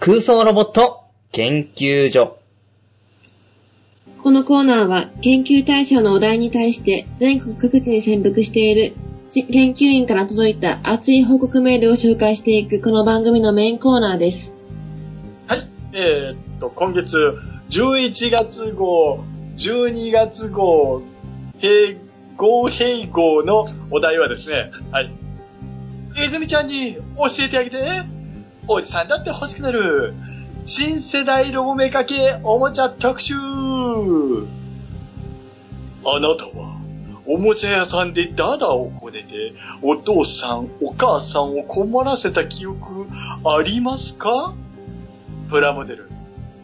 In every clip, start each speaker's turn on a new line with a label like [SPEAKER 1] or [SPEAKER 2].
[SPEAKER 1] 空想ロボット研究所。
[SPEAKER 2] このコーナーは研究対象のお題に対して全国各地に潜伏しているじ研究員から届いた熱い報告メールを紹介していくこの番組のメインコーナーです。
[SPEAKER 3] はい。えーっと、今月、11月号、12月号、平、合併号のお題はですね、はい。泉ちゃんに教えてあげて。おじさんだって欲しくなる。新世代ロゴメかけおもちゃ特集。あなたは、おもちゃ屋さんでダダをこねて、お父さん、お母さんを困らせた記憶ありますかプラモデル、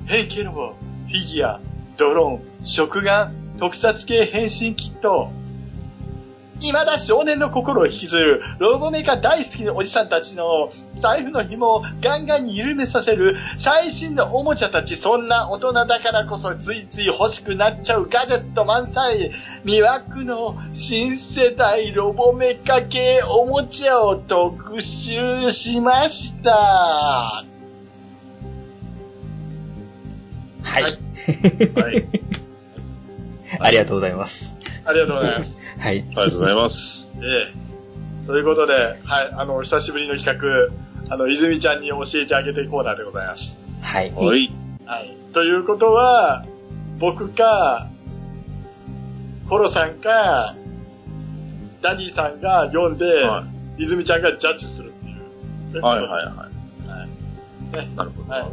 [SPEAKER 3] 変形ロボ、フィギュア、ドローン、食玩、特撮系変身キット。未だ少年の心を引きずる、ロゴメーカー大好きなおじさんたちの財布の紐をガンガンに緩めさせる最新のおもちゃたち、そんな大人だからこそついつい欲しくなっちゃうガジェット満載、魅惑の新世代ロボメカ系おもちゃを特集しました。
[SPEAKER 1] はい。
[SPEAKER 3] はいはい。
[SPEAKER 1] ありがとうございます。
[SPEAKER 3] ありがとうございます。
[SPEAKER 1] はい。
[SPEAKER 3] ありがとうございます。ええ。ということで、はい、あの、久しぶりの企画、あの、泉ちゃんに教えてあげてコーナーでございます。
[SPEAKER 1] はい。
[SPEAKER 4] はい。
[SPEAKER 3] はい。ということは、僕か、コロさんか、ダニーさんが読んで、
[SPEAKER 4] は
[SPEAKER 3] 泉ちゃんがジャッジするっていう。
[SPEAKER 4] はいはいはい。
[SPEAKER 3] はい
[SPEAKER 4] なるほど。
[SPEAKER 3] はい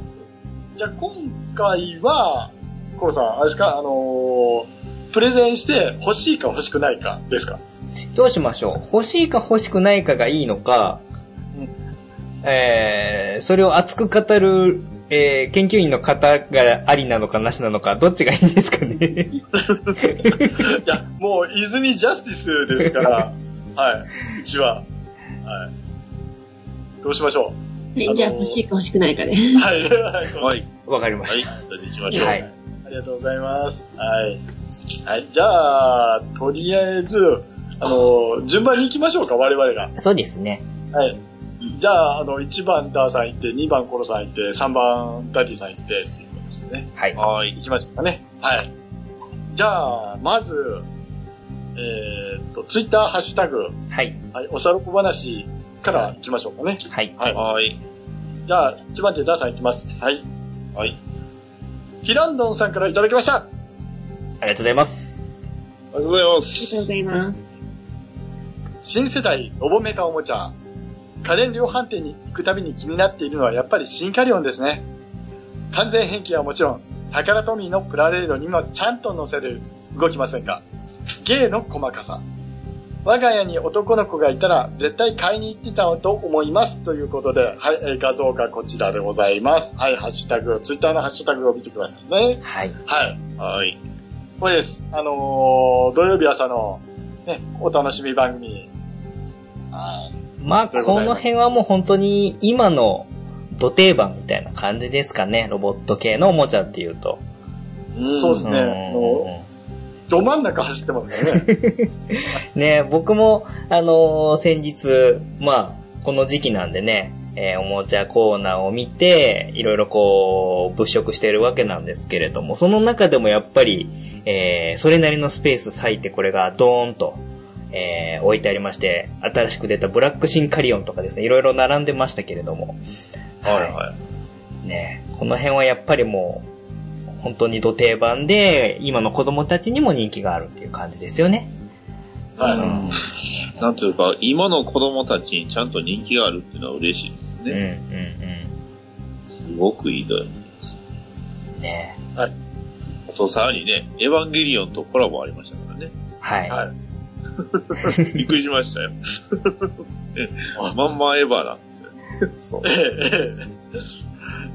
[SPEAKER 3] じゃあ今回は、コロさん、あれですか、あのープレゼンして欲しいか欲しくないかですか
[SPEAKER 1] どうしましょう欲しいか欲しくないかがいいのか、えー、それを熱く語る、えー、研究員の方がありなのかなしなのか、どっちがいいんですかね
[SPEAKER 3] いや、もう、泉ジャスティスです から、はい、うちは。はい。どうしましょ
[SPEAKER 2] はい、じゃあ欲しいか欲しくないかで。
[SPEAKER 3] う。はい、はい、
[SPEAKER 4] はい。はい。
[SPEAKER 1] わかりま
[SPEAKER 4] はい。
[SPEAKER 1] し
[SPEAKER 4] じゃあ行きま
[SPEAKER 1] た。
[SPEAKER 4] しょう。
[SPEAKER 1] は
[SPEAKER 4] はいい。。
[SPEAKER 3] ありがとうございます。はい。はい、じゃあ、とりあえず、あの、順番に行きましょうか、我々が。
[SPEAKER 1] そうですね。
[SPEAKER 3] はい。じゃあ、あの、1番ダーさん行って、2番コロさん行って、3番ダディさん行って、っていうことですね。
[SPEAKER 1] はい。
[SPEAKER 3] 行きましょうかね。はい。じゃあ、まず、えーっと、ツイッターハッシュタグ、
[SPEAKER 1] はい。
[SPEAKER 3] はい、おさろこ話から行きましょうかね。
[SPEAKER 1] はい。
[SPEAKER 3] はい。
[SPEAKER 4] はい。
[SPEAKER 3] じゃあ、一番手、ダーさんいきます。はい。
[SPEAKER 4] はい。
[SPEAKER 3] ヒランドンさんからいただきました。あ
[SPEAKER 1] ありがとうございます。
[SPEAKER 4] ありがとうございま
[SPEAKER 2] ありが
[SPEAKER 4] す。
[SPEAKER 2] とうございます。
[SPEAKER 3] 新世代ロボメカおもちゃ。家電量販店に行くたびに気になっているのはやっぱり新カリオンですね。完全変形はもちろん、タカラトミーのプラレードにもちゃんと乗せる。動きませんか芸の細かさ。我が家に男の子がいたら絶対買いに行ってたと思います。ということで、はい、えー画像がこちらでございます。はい、ハッシュタグ、ツイッターのハッシュタグを見てくださいね。
[SPEAKER 1] はい。
[SPEAKER 3] はい。
[SPEAKER 4] はい。
[SPEAKER 3] これです。あのー土曜日朝の、ね、お楽しみ番組。はい。
[SPEAKER 1] まあ、
[SPEAKER 3] ということ
[SPEAKER 1] こ
[SPEAKER 3] で
[SPEAKER 1] の辺はもう本当に今の土定番みたいな感じですかね。ロボット系のおもちゃっていうと。
[SPEAKER 3] そうです
[SPEAKER 1] う
[SPEAKER 3] ねあの
[SPEAKER 1] ん。
[SPEAKER 3] ど真ん中走ってますから ね。
[SPEAKER 1] ね、僕も、あのー先日、まあ、この時期なんでね、えーおもちゃコーナーを見て、いろいろこう、物色してるわけなんですけれども、その中でもやっぱり、えーそれなりのスペース割いて、これがドーンと、えー置いてありまして、新しく出たブラックシンカリオンとかですね、いろいろ並んでましたけれども、
[SPEAKER 4] はいはい。
[SPEAKER 1] ね、この辺はやっぱりもう、本当に土定番で、今の子供たちにも人気があるっていう感じですよね。
[SPEAKER 3] はい。
[SPEAKER 2] う
[SPEAKER 4] なんというか、今の子供たちにちゃんと人気があるっていうのは嬉しいです
[SPEAKER 1] うん、うん、
[SPEAKER 4] ね。
[SPEAKER 1] うん。
[SPEAKER 4] すごくいいと思います。
[SPEAKER 1] ね
[SPEAKER 4] あとさらにね、エヴァンゲリオンとコラボありましたからね。
[SPEAKER 1] はい。
[SPEAKER 3] はい
[SPEAKER 4] びっくりし ましたよ。ねまんまエヴァなんですよ。そう。
[SPEAKER 3] ええええ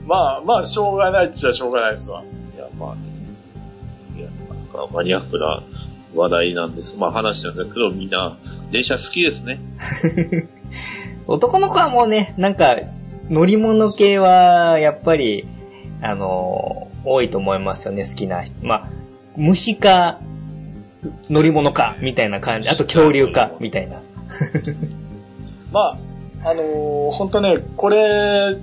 [SPEAKER 3] まあまあ、しょうがないっちゃしょうがないですわ。
[SPEAKER 4] いや、まあ、いや、なんかマニアックな話題なんです。まあ話なんですけど、みんな、電車好きですね。
[SPEAKER 1] 男の子はもうね、なんか、乗り物系は、やっぱり、あのー多いと思いますよね、好きな人。まあ、虫か、乗り物か、みたいな感じ。あと恐竜か、みたいな。
[SPEAKER 3] まあ、あのー、ほんとね、これ、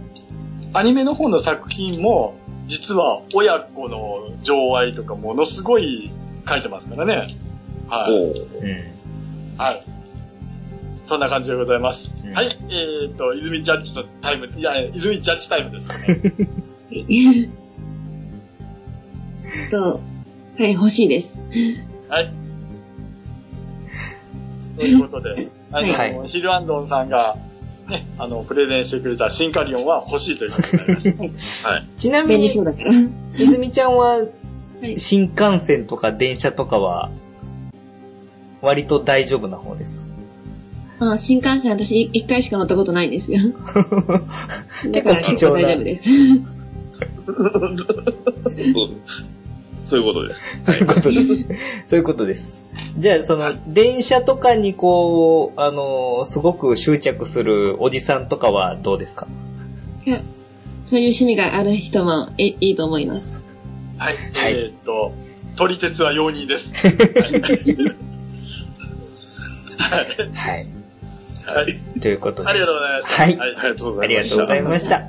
[SPEAKER 3] アニメの方の作品も、実は親子の情愛とかものすごい書いてますからね。はい。
[SPEAKER 4] おう
[SPEAKER 1] うん。
[SPEAKER 3] はい。そんな感じでございます。
[SPEAKER 1] うん
[SPEAKER 3] はい。えっ、と、泉ジャッジのタイム、いや、泉ジャッジタイムです。
[SPEAKER 2] はい。と、はい、欲しいです。
[SPEAKER 3] はい。ということで、あの、
[SPEAKER 1] はい
[SPEAKER 3] ヒルアンドンさんが、ね、あの、プレゼンしてくれたシンカリオンは欲しいということになりました。
[SPEAKER 1] ちなみ
[SPEAKER 2] 便利そ
[SPEAKER 1] に
[SPEAKER 2] う、だから。は
[SPEAKER 1] 泉ちゃんは、
[SPEAKER 2] い。
[SPEAKER 1] 新幹線とか電車とかは、割と大丈夫な方ですか
[SPEAKER 2] あ新幹線私い一回しか乗ったことないんですよ。だから
[SPEAKER 1] 貴
[SPEAKER 2] 結構
[SPEAKER 1] 重な
[SPEAKER 2] 大丈夫です。
[SPEAKER 4] そうそういうことです。
[SPEAKER 1] そういうことです。そういうことです。じゃあ、その、電車とかにこう、あの、すごく執着するおじさんとかはどうですか
[SPEAKER 2] そういう趣味がある人もえいいと思います。
[SPEAKER 3] はい。
[SPEAKER 1] はい
[SPEAKER 3] えっ、と、撮り鉄は容認です。はい。
[SPEAKER 1] はい。
[SPEAKER 3] はい。
[SPEAKER 1] ということです。
[SPEAKER 3] ありがとうございました。
[SPEAKER 1] はい。
[SPEAKER 4] ありがとうご
[SPEAKER 1] あ
[SPEAKER 4] ざ
[SPEAKER 1] り
[SPEAKER 4] い
[SPEAKER 1] がと
[SPEAKER 4] まし
[SPEAKER 1] う
[SPEAKER 4] た。
[SPEAKER 1] ございました。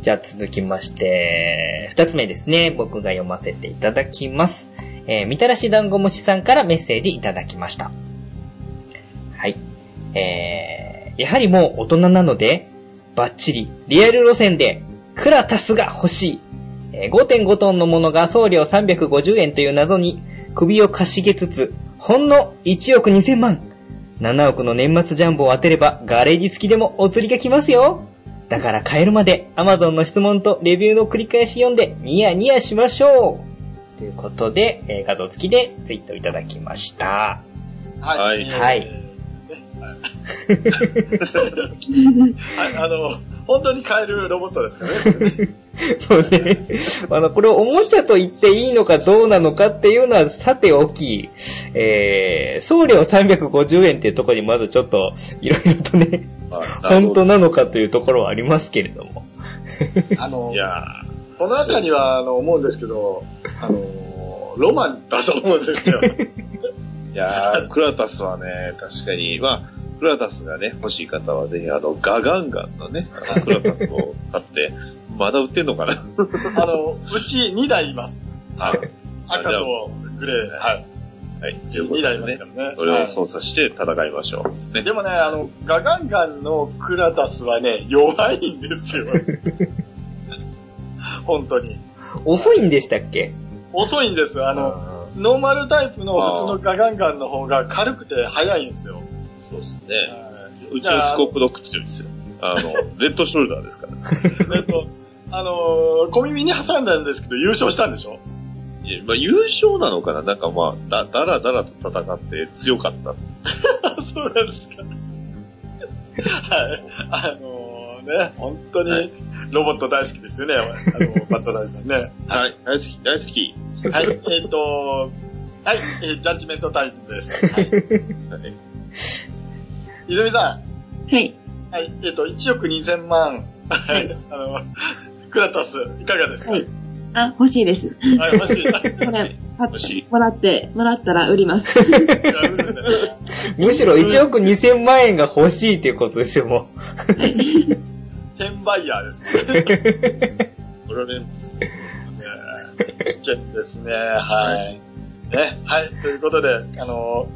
[SPEAKER 1] じゃあ続きまして、二つ目ですね。僕が読ませていただきます。えーみたらし団子虫さんからメッセージいただきました。はい。えー、やはりもう大人なので、バッチリ、リアル路線で、クラタスが欲しい。えー5.5トンのものが送料350円という謎に首をかしげつつ、ほんの1億2000万。7億の年末ジャンボを当てればガレージ付きでもお釣りが来ますよだから帰るまで Amazon の質問とレビューの繰り返し読んでニヤニヤしましょうということで、えー画像付きでツイートいただきました。
[SPEAKER 4] は
[SPEAKER 3] はいい。
[SPEAKER 1] はい
[SPEAKER 3] ねはい。あの、本当に買えるロボットですからね。
[SPEAKER 1] そうね。 あの、これをおもちゃと言っていいのかどうなのかっていうのはさておき、えー、送料350円っていうところにまずちょっといろいろとね、本当
[SPEAKER 4] に。
[SPEAKER 1] なのかというところはありますけれども。
[SPEAKER 3] あの
[SPEAKER 4] い、や
[SPEAKER 3] このあたりは、あの、思うんですけど、あの、ロマンだと思う んですよ。
[SPEAKER 4] ーいやークラタスはね、確かに、まあ、クラタスがね、欲しい方はぜひ、あの、ガガンガンのね、あのクラタスを買って、まだ売ってんのかな
[SPEAKER 3] あの、うち2台います。
[SPEAKER 4] はい。
[SPEAKER 3] 赤とグレー。はい。
[SPEAKER 4] はい。ということ
[SPEAKER 3] 2台い
[SPEAKER 4] で
[SPEAKER 3] ます
[SPEAKER 4] ね
[SPEAKER 3] か、らね。
[SPEAKER 4] それ
[SPEAKER 3] は
[SPEAKER 4] を
[SPEAKER 3] い
[SPEAKER 4] 操作して戦いましょう。ね
[SPEAKER 3] で。もね、あの、ガガンガンのクラタスはね、弱いんです よ。本当に。
[SPEAKER 1] 遅いんでしたっけ
[SPEAKER 3] 遅いんです。あの、ノーマルタイプの普通のガガンガンの方が軽くて速いんですよ。
[SPEAKER 4] そうですね。
[SPEAKER 3] は
[SPEAKER 4] うちのスコープドッグ強いですよ。あの、レッドショルダーですから。
[SPEAKER 3] いえっと、あのー小耳に挟んだんですけど、優勝したんでしょ
[SPEAKER 4] いやまあ、優勝なのかななんかまあ、だ、だらだらと戦って強かった。
[SPEAKER 3] あそうなんですか。はい。あのーね、本当
[SPEAKER 4] は
[SPEAKER 3] にロボット大好きですよね、あの、バット大さん ね。
[SPEAKER 4] はい。大好き、大好 き。
[SPEAKER 3] はい、えっ、とはい、えージャッジメントタイムです。はい。
[SPEAKER 4] はい
[SPEAKER 3] 泉さ
[SPEAKER 2] はい。
[SPEAKER 3] ん、はい、えっ、と、1億2000万、はい、あの、クラタス、いかがですか
[SPEAKER 2] はいあ、欲しいです。
[SPEAKER 3] はい、欲しい。
[SPEAKER 2] これ、買
[SPEAKER 4] 欲
[SPEAKER 2] っ
[SPEAKER 4] しい
[SPEAKER 2] て、もらって、もらったら売ります。
[SPEAKER 1] むしろ1億2000万円が欲しいということですよ、も
[SPEAKER 3] 転売ヤーですね。
[SPEAKER 4] これね、
[SPEAKER 3] 危険ですね。はい。ね、はい。ということで、あの、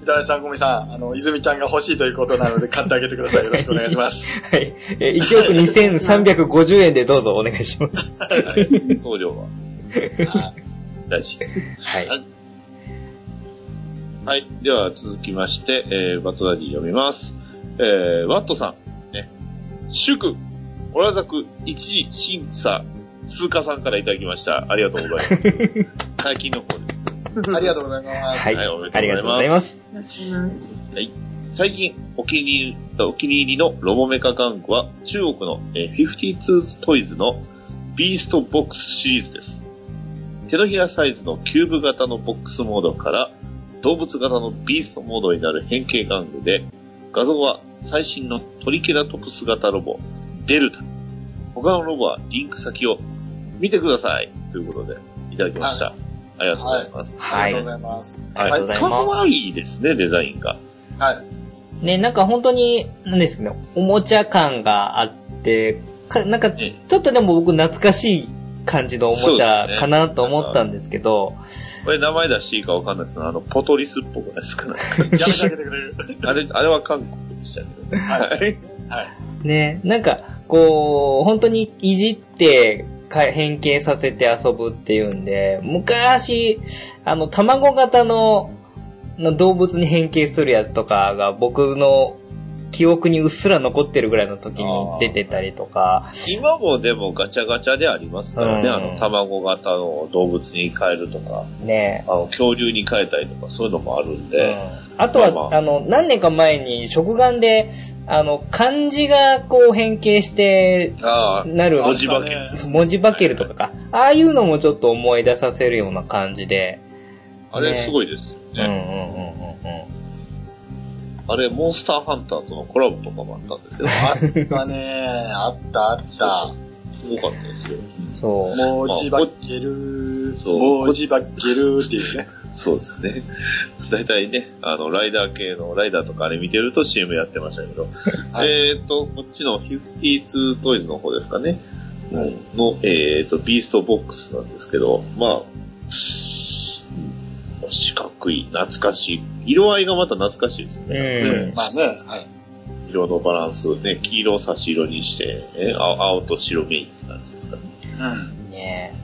[SPEAKER 3] みたらしさん、こみさん、あの、泉ちゃんが欲しいということなので、買ってあげてください。よろしくお願いします。
[SPEAKER 1] う。はい。えー1億2350円でどうぞお願いします。
[SPEAKER 4] はい。送料は
[SPEAKER 3] は
[SPEAKER 4] 大事。
[SPEAKER 1] はい。
[SPEAKER 4] はい。では続きまして、えー、バトダディ読みます。えー、ワットさん、ね。祝、オラザク一時審査通過さんからいただきました。ありがとうございます。最近の方です。
[SPEAKER 3] いありがとうございます。
[SPEAKER 1] はい。
[SPEAKER 4] はいおめでとうございます
[SPEAKER 1] ありがとうございます。
[SPEAKER 4] 最近、お気に入り、お気に入りのロボメカ玩具は、中国の、えー、52トイズのビーストボックスシリーズです。手のひらサイズのキューブ型のボックスモードから、動物型のビーストモードになる変形玩具で、画像は最新のトリケラトプス型ロボ、デルタ。他のロボはリンク先を見てください。ということで、いただきました。ありがとうございます。
[SPEAKER 1] はい。
[SPEAKER 3] ありがとう
[SPEAKER 1] あ
[SPEAKER 3] ございます。
[SPEAKER 1] りがとうござい
[SPEAKER 4] か
[SPEAKER 1] ま
[SPEAKER 4] わいいですね、デザインが。
[SPEAKER 3] はい。
[SPEAKER 1] す。ね、なんか本当に、なんですけど、おもちゃ感があって、かなんか、
[SPEAKER 4] え
[SPEAKER 1] ちょっとでも僕懐かしい感じのおもち
[SPEAKER 4] そ
[SPEAKER 1] ゃ
[SPEAKER 4] うですね
[SPEAKER 1] かなと思ったんですけど、
[SPEAKER 4] これ名前出していいかわかんないですけど、あの、ポトリスっぽくないですかね。
[SPEAKER 3] やめてあげてくれる。
[SPEAKER 4] あれ、あれは韓国でしたけど ね。
[SPEAKER 3] はい
[SPEAKER 4] はい。
[SPEAKER 1] ね、なんか、こう、本当にいじって、か変形させて遊ぶっていうんで、昔、あの、卵型の、の動物に変形するやつとかが僕の記憶にうっすら残ってるぐらいの時に出てたりとか、
[SPEAKER 4] 今もでもガチャガチャでありますからね、
[SPEAKER 1] うん
[SPEAKER 4] あの、卵型の動物に変えるとか、
[SPEAKER 1] ね、
[SPEAKER 4] あの、恐竜に変えたりとか、そういうのもあるん
[SPEAKER 1] う
[SPEAKER 4] で、
[SPEAKER 1] んあとは、
[SPEAKER 4] まあま
[SPEAKER 1] あ、の、何年か前に食玩で、あの、漢字がこう変形して、
[SPEAKER 4] ああ、
[SPEAKER 1] なる
[SPEAKER 4] 文字化け。
[SPEAKER 3] あったね
[SPEAKER 1] 文字化けるとかか。ああいうのもちょっと思い出させるような感じで。
[SPEAKER 4] あれすごいですよ
[SPEAKER 1] うんうん
[SPEAKER 4] ね。
[SPEAKER 1] うんうんうん。
[SPEAKER 4] あれ、モンスターハンターとのコラボとかもあったんですよ。
[SPEAKER 3] あったねあ ったあった。
[SPEAKER 4] すごかったですよ。
[SPEAKER 1] そう。
[SPEAKER 3] 文字ばっける
[SPEAKER 4] そう
[SPEAKER 3] 文字ばっけるっていうね。
[SPEAKER 4] そうですね。大体ね、あの、ライダー系の、ライダーとかあれ見てると CM やってましたけ ど、
[SPEAKER 3] はい
[SPEAKER 4] えーと、こっちの52トイズの方ですかね、
[SPEAKER 3] はい
[SPEAKER 4] の、えーと、ビーストボックスなんですけど、まあ、うん四角い、懐かしい。色合いがまた懐かしいですよね。
[SPEAKER 3] まあね、はい。
[SPEAKER 4] 色のバランス、ね、黄色を差し色にして、ね、青青と白メインって感じですかね。
[SPEAKER 3] うん。
[SPEAKER 1] ね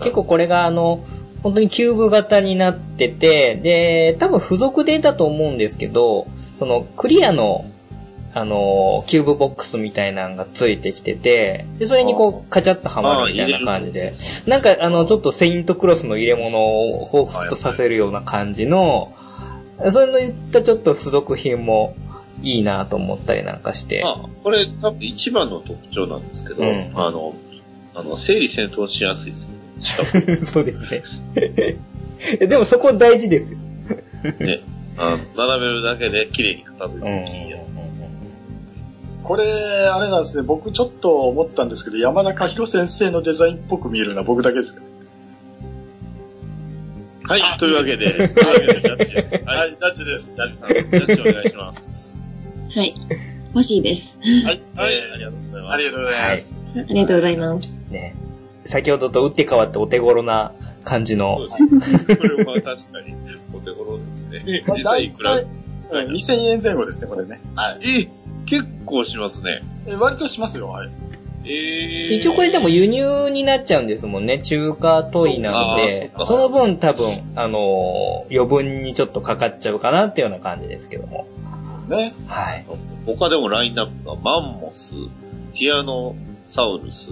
[SPEAKER 1] 結構これがあの、本当にキューブ型になってて、で、多分付属でだと思うんですけど、そのクリアの、あの、キューブボックスみたいなのがついてきてて、で、それにこ
[SPEAKER 4] あ
[SPEAKER 1] う、カチャッとはまるみたいな感じで、なんかあの、ちょっとセイントクロスの入れ物を彷彿とさせるような感じの、そういうの言ったちょっと付属品もいいなと思ったりなんかして。
[SPEAKER 4] まあ、これ多分一番の特徴なんですけど、
[SPEAKER 1] うん
[SPEAKER 4] あの、あの、整理整頓しやすいですね。しか も
[SPEAKER 1] そうですね。でもそこ大事ですよ。
[SPEAKER 4] ね、あの並べるだけで綺麗に片付いてきれい
[SPEAKER 3] これ、あれなんですね、僕ちょっと思ったんですけど、山中宏先生のデザインっぽく見えるのは僕だけですか
[SPEAKER 4] はい、というわけで、というわけでジャッジ で
[SPEAKER 3] ら。
[SPEAKER 4] すは、
[SPEAKER 3] はいい、ダッチです。
[SPEAKER 4] ジャッジさん、ジャッジお願いします。
[SPEAKER 2] はい。欲しいです。
[SPEAKER 3] はい、
[SPEAKER 4] は、
[SPEAKER 3] はいい、
[SPEAKER 4] ありがとうございます。
[SPEAKER 3] ありがとうございます。
[SPEAKER 2] ありがとうございます。
[SPEAKER 1] ね。先ほどと打って変わってお手頃な感じの。
[SPEAKER 4] そうですね。これは確かに、お手頃ですね。実際いくら
[SPEAKER 3] まあ、大体うん2000円前後ですね、これね。はい。
[SPEAKER 4] え、結構しますね。
[SPEAKER 3] え割としますよ、はい。
[SPEAKER 4] えー、
[SPEAKER 1] 一応これでも輸入になっちゃうんですもんね。中華トイなんで
[SPEAKER 4] そう、か
[SPEAKER 1] その分多分、あのー余分にちょっとかかっちゃうかなっていうような感じですけども。
[SPEAKER 3] ね。
[SPEAKER 1] はい。
[SPEAKER 4] 他でもラインナップがマンモス、ティアノサウルス、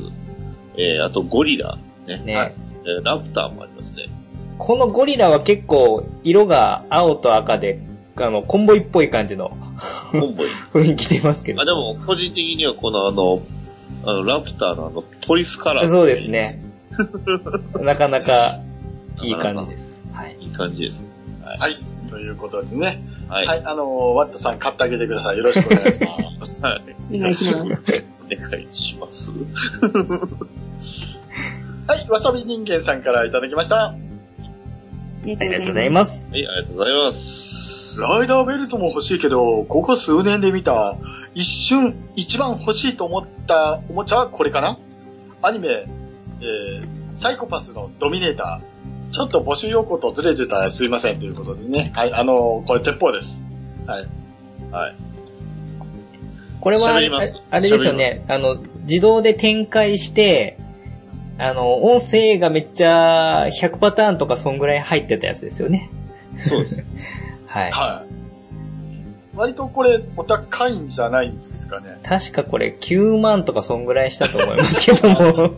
[SPEAKER 4] えー、あとゴリラ、ね、
[SPEAKER 1] ね。
[SPEAKER 3] はい
[SPEAKER 4] えーラプターもありますね。
[SPEAKER 1] このゴリラは結構、色が青と赤で、あの、コンボイっぽい感じの
[SPEAKER 4] コンボイ。
[SPEAKER 1] 雰囲気出ますけど。
[SPEAKER 4] あ、でも、個人的にはこのあの、あの、ラプターのあの、ポリスカラー。
[SPEAKER 1] そうです。 ね。なかなかいい感じです。はい。
[SPEAKER 4] いい感じです。
[SPEAKER 3] はい。ということでね。
[SPEAKER 4] は。
[SPEAKER 3] はいい、あのー、ワットさん買ってあげてください。よろしくお願いします。
[SPEAKER 4] はい
[SPEAKER 2] お願いします。
[SPEAKER 4] す。お願いします。
[SPEAKER 3] はい、わさび人間さんからいただきました。
[SPEAKER 2] あり
[SPEAKER 1] ありがとうございます。
[SPEAKER 4] はい、ありがとうございます。
[SPEAKER 3] ライダーベルトも欲しいけど、ここ数年で見た、一瞬、一番欲しいと思ったおもちゃはこれかなアニメ、えー、サイコパスのドミネーター。ちょっと募集要項とずれてたらすいませんということでね。はい、あのーこれ鉄砲です。はい。
[SPEAKER 4] はい。
[SPEAKER 1] これはあ
[SPEAKER 4] 喋
[SPEAKER 1] れ
[SPEAKER 4] ります、
[SPEAKER 1] あれですよね。あの、自動で展開して、あの、音声がめっちゃ100パターンとかそんぐらい入ってたやつですよね。
[SPEAKER 4] そうです。
[SPEAKER 1] はい。
[SPEAKER 3] はい。割とこれ、お高いんじゃないんですかね。
[SPEAKER 1] 確かこれ9万とかそんぐらいしたと思いますけ ども。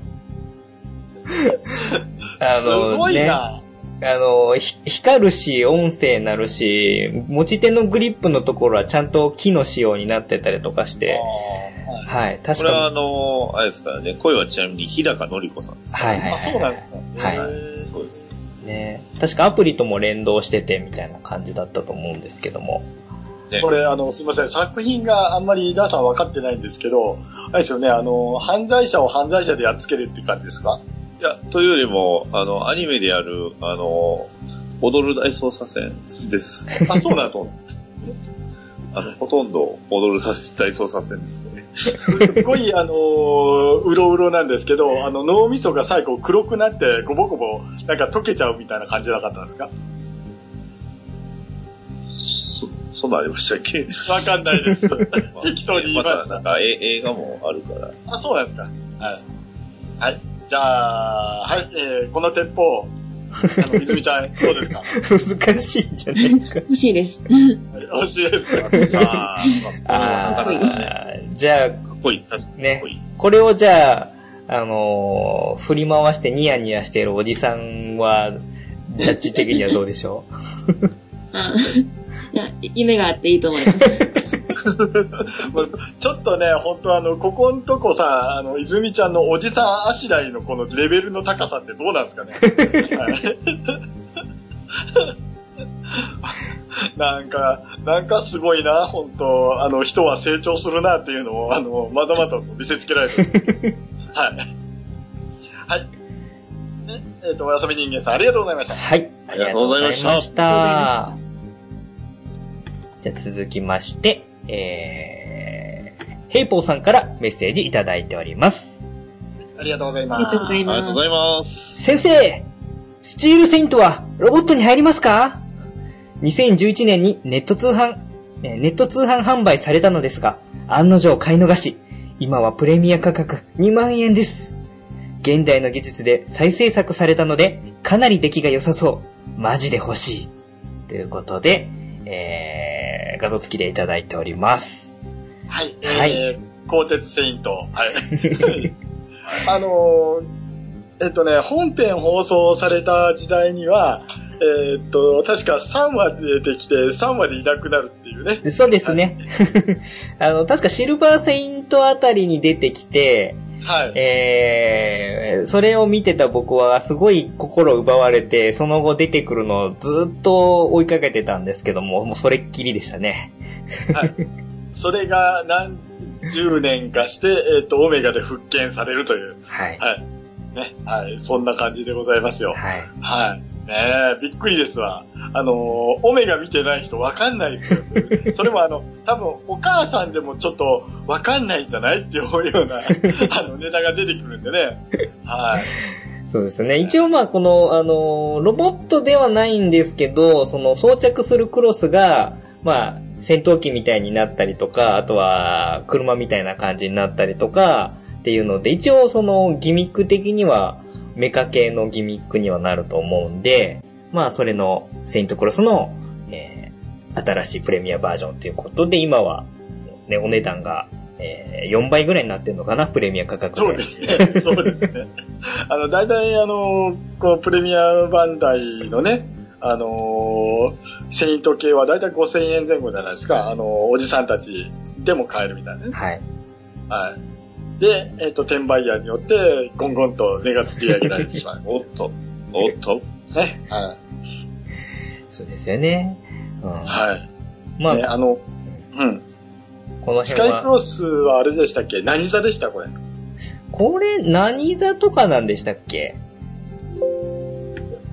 [SPEAKER 1] あ
[SPEAKER 3] す
[SPEAKER 1] の、
[SPEAKER 3] ごい
[SPEAKER 1] ね、あ
[SPEAKER 3] な、
[SPEAKER 1] の、ひ光るし、音声なるし、持ち手のグリップのところはちゃんと木の仕様になってたりとかして、
[SPEAKER 3] はい
[SPEAKER 1] はい、
[SPEAKER 4] こ
[SPEAKER 1] 確
[SPEAKER 4] れはあ
[SPEAKER 1] か
[SPEAKER 4] の、あれですからね、声はちなみに日高のりこさんです。
[SPEAKER 1] はいはい
[SPEAKER 3] あ、
[SPEAKER 1] はい
[SPEAKER 3] そうなんですね。
[SPEAKER 1] はい
[SPEAKER 3] へー
[SPEAKER 4] そうです。
[SPEAKER 1] ね、確かアプリとも連動しててみたいな感じだったと思うんですけども。
[SPEAKER 4] ね、
[SPEAKER 3] これ、あの、すみません。作品があんまり皆さん分かってないんですけど、あれですよね、あの、犯罪者を犯罪者でやっつけるって感じですか
[SPEAKER 4] いや、というよりも、あの、アニメでやる、あの、踊る大捜査線です。
[SPEAKER 3] あ、そうなんです。
[SPEAKER 4] あの、ほとんど踊るさせ、大捜査線ですよね。
[SPEAKER 3] すっごい、あのーうろうろなんですけど、あの、脳みそが最後黒くなって、ごぼごぼ、なんか溶けちゃうみたいな感じじゃなかったんですか
[SPEAKER 4] そ、そんなんありましたっけ
[SPEAKER 3] わかんないです。 適当に言いました
[SPEAKER 4] またなんか、え、映画もあるから。
[SPEAKER 3] あ、そうなんですか。はい。はい。じゃあ、はい、えー、この鉄砲、あの、泉ちゃん、どう ですか
[SPEAKER 1] 難しいんじゃないですか。
[SPEAKER 2] 欲しいです。
[SPEAKER 3] 教えてください
[SPEAKER 4] あー、まあ、
[SPEAKER 1] あ
[SPEAKER 4] これもなかなかね
[SPEAKER 1] あ、じゃあ、
[SPEAKER 4] かっこいい。確かにかっこいい。
[SPEAKER 1] これをじゃあ、あのー振り回してニヤニヤしているおじさんは、ジャッジ的にはどうでしょう
[SPEAKER 2] あいや夢があっていいと思います。
[SPEAKER 3] もうちょっとね、本当あの、ここんとこさ、あの、泉ちゃんのおじさんあしらいのこのレベルの高さってどうなんですかね。はいなんか、なんかすごいな、本当あの、人は成長するなっていうのを、あの、まざまざと見せつけられてる。はい。はい。ええっ、と、おやすみ人間さん、ありがとうございました。
[SPEAKER 1] はい。あ
[SPEAKER 4] あ
[SPEAKER 1] り
[SPEAKER 4] り
[SPEAKER 1] が
[SPEAKER 4] が
[SPEAKER 1] と
[SPEAKER 4] と
[SPEAKER 1] う
[SPEAKER 4] う
[SPEAKER 1] ご
[SPEAKER 4] ご
[SPEAKER 1] ざ
[SPEAKER 4] ざ
[SPEAKER 1] い
[SPEAKER 4] い
[SPEAKER 1] ま
[SPEAKER 4] ま
[SPEAKER 1] し。
[SPEAKER 4] したた
[SPEAKER 2] あ
[SPEAKER 1] じゃあ続きまして、えー、ヘイポーさんからメッセージいただいております。
[SPEAKER 3] ありがとうございま
[SPEAKER 2] りがとうご
[SPEAKER 3] す
[SPEAKER 2] ざ。い
[SPEAKER 4] あり
[SPEAKER 2] ま
[SPEAKER 4] がとう
[SPEAKER 2] す
[SPEAKER 4] ご。ざいます。
[SPEAKER 1] 先生スチールセイントはロボットに入りますか ?2011 年にネット通販、えーネット通販販売されたのですが、案の定買い逃し、今はプレミア価格2万円です。現代の技術で再制作されたので、かなり出来が良さそう。マジで欲しい。ということで、えー、画像付きでいただいております。
[SPEAKER 3] はい。
[SPEAKER 1] はい
[SPEAKER 3] えー、鋼鉄セイント。 はい。あのーえっとね、本編放送された時代には、えーっと、確か3話で出てきて、3話でいなくなるっていうね。
[SPEAKER 1] でそうですね。 あの、確かシルバーセイントあたりに出てきて、
[SPEAKER 3] はい。
[SPEAKER 1] えー、それを見てた僕はすごい心奪われて、その後出てくるのをずっと追いかけてたんですけども、もうそれっきりでしたね。
[SPEAKER 3] はい。それが何十年かして、えーっと、オメガで復権されるという。
[SPEAKER 1] はい。
[SPEAKER 3] はい。ね。はい。そんな感じでございますよ。
[SPEAKER 1] はい。
[SPEAKER 3] はい。ねえ、びっくりですわ。あのーオメガ見てない人わかんないですよ。それもあの、多分お母さんでもちょっとわかんないんじゃないっていうような、あの、ネタが出てくるんでね。はい。
[SPEAKER 1] そうですね。一応まあこの、あの、ロボットではないんですけど、その装着するクロスが、まあ、戦闘機みたいになったりとか、あとは車みたいな感じになったりとかっていうので、一応そのギミック的にはメカ系のギミックにはなると思うんで、まあそれのセイントクロスの、えー新しいプレミアバージョンということで、今は、ね、お値段が、えー4倍ぐらいになってるのかな、プレミア価格
[SPEAKER 3] そうですね。そうですね。あの、大体あのーこのプレミアバンダイのね、あのーセイント系は大体5000円前後じゃないですか。あのーおじさんたちでも買えるみたいなね。
[SPEAKER 1] はい。
[SPEAKER 3] はい。で、えっ、と、転売ヤーによって、ゴンゴンと値が突き上げられてしまう。
[SPEAKER 4] おっと、おっと。
[SPEAKER 3] ね。はい。
[SPEAKER 1] そうですよね。うん
[SPEAKER 3] はい。
[SPEAKER 1] まあ、
[SPEAKER 3] ね、あの、うん。
[SPEAKER 1] この
[SPEAKER 3] ス
[SPEAKER 1] 辺
[SPEAKER 3] カイク
[SPEAKER 1] は。
[SPEAKER 3] ロスはあれでしたっけ何座でしたこれ。
[SPEAKER 1] これ、何座とかなんでしたっけ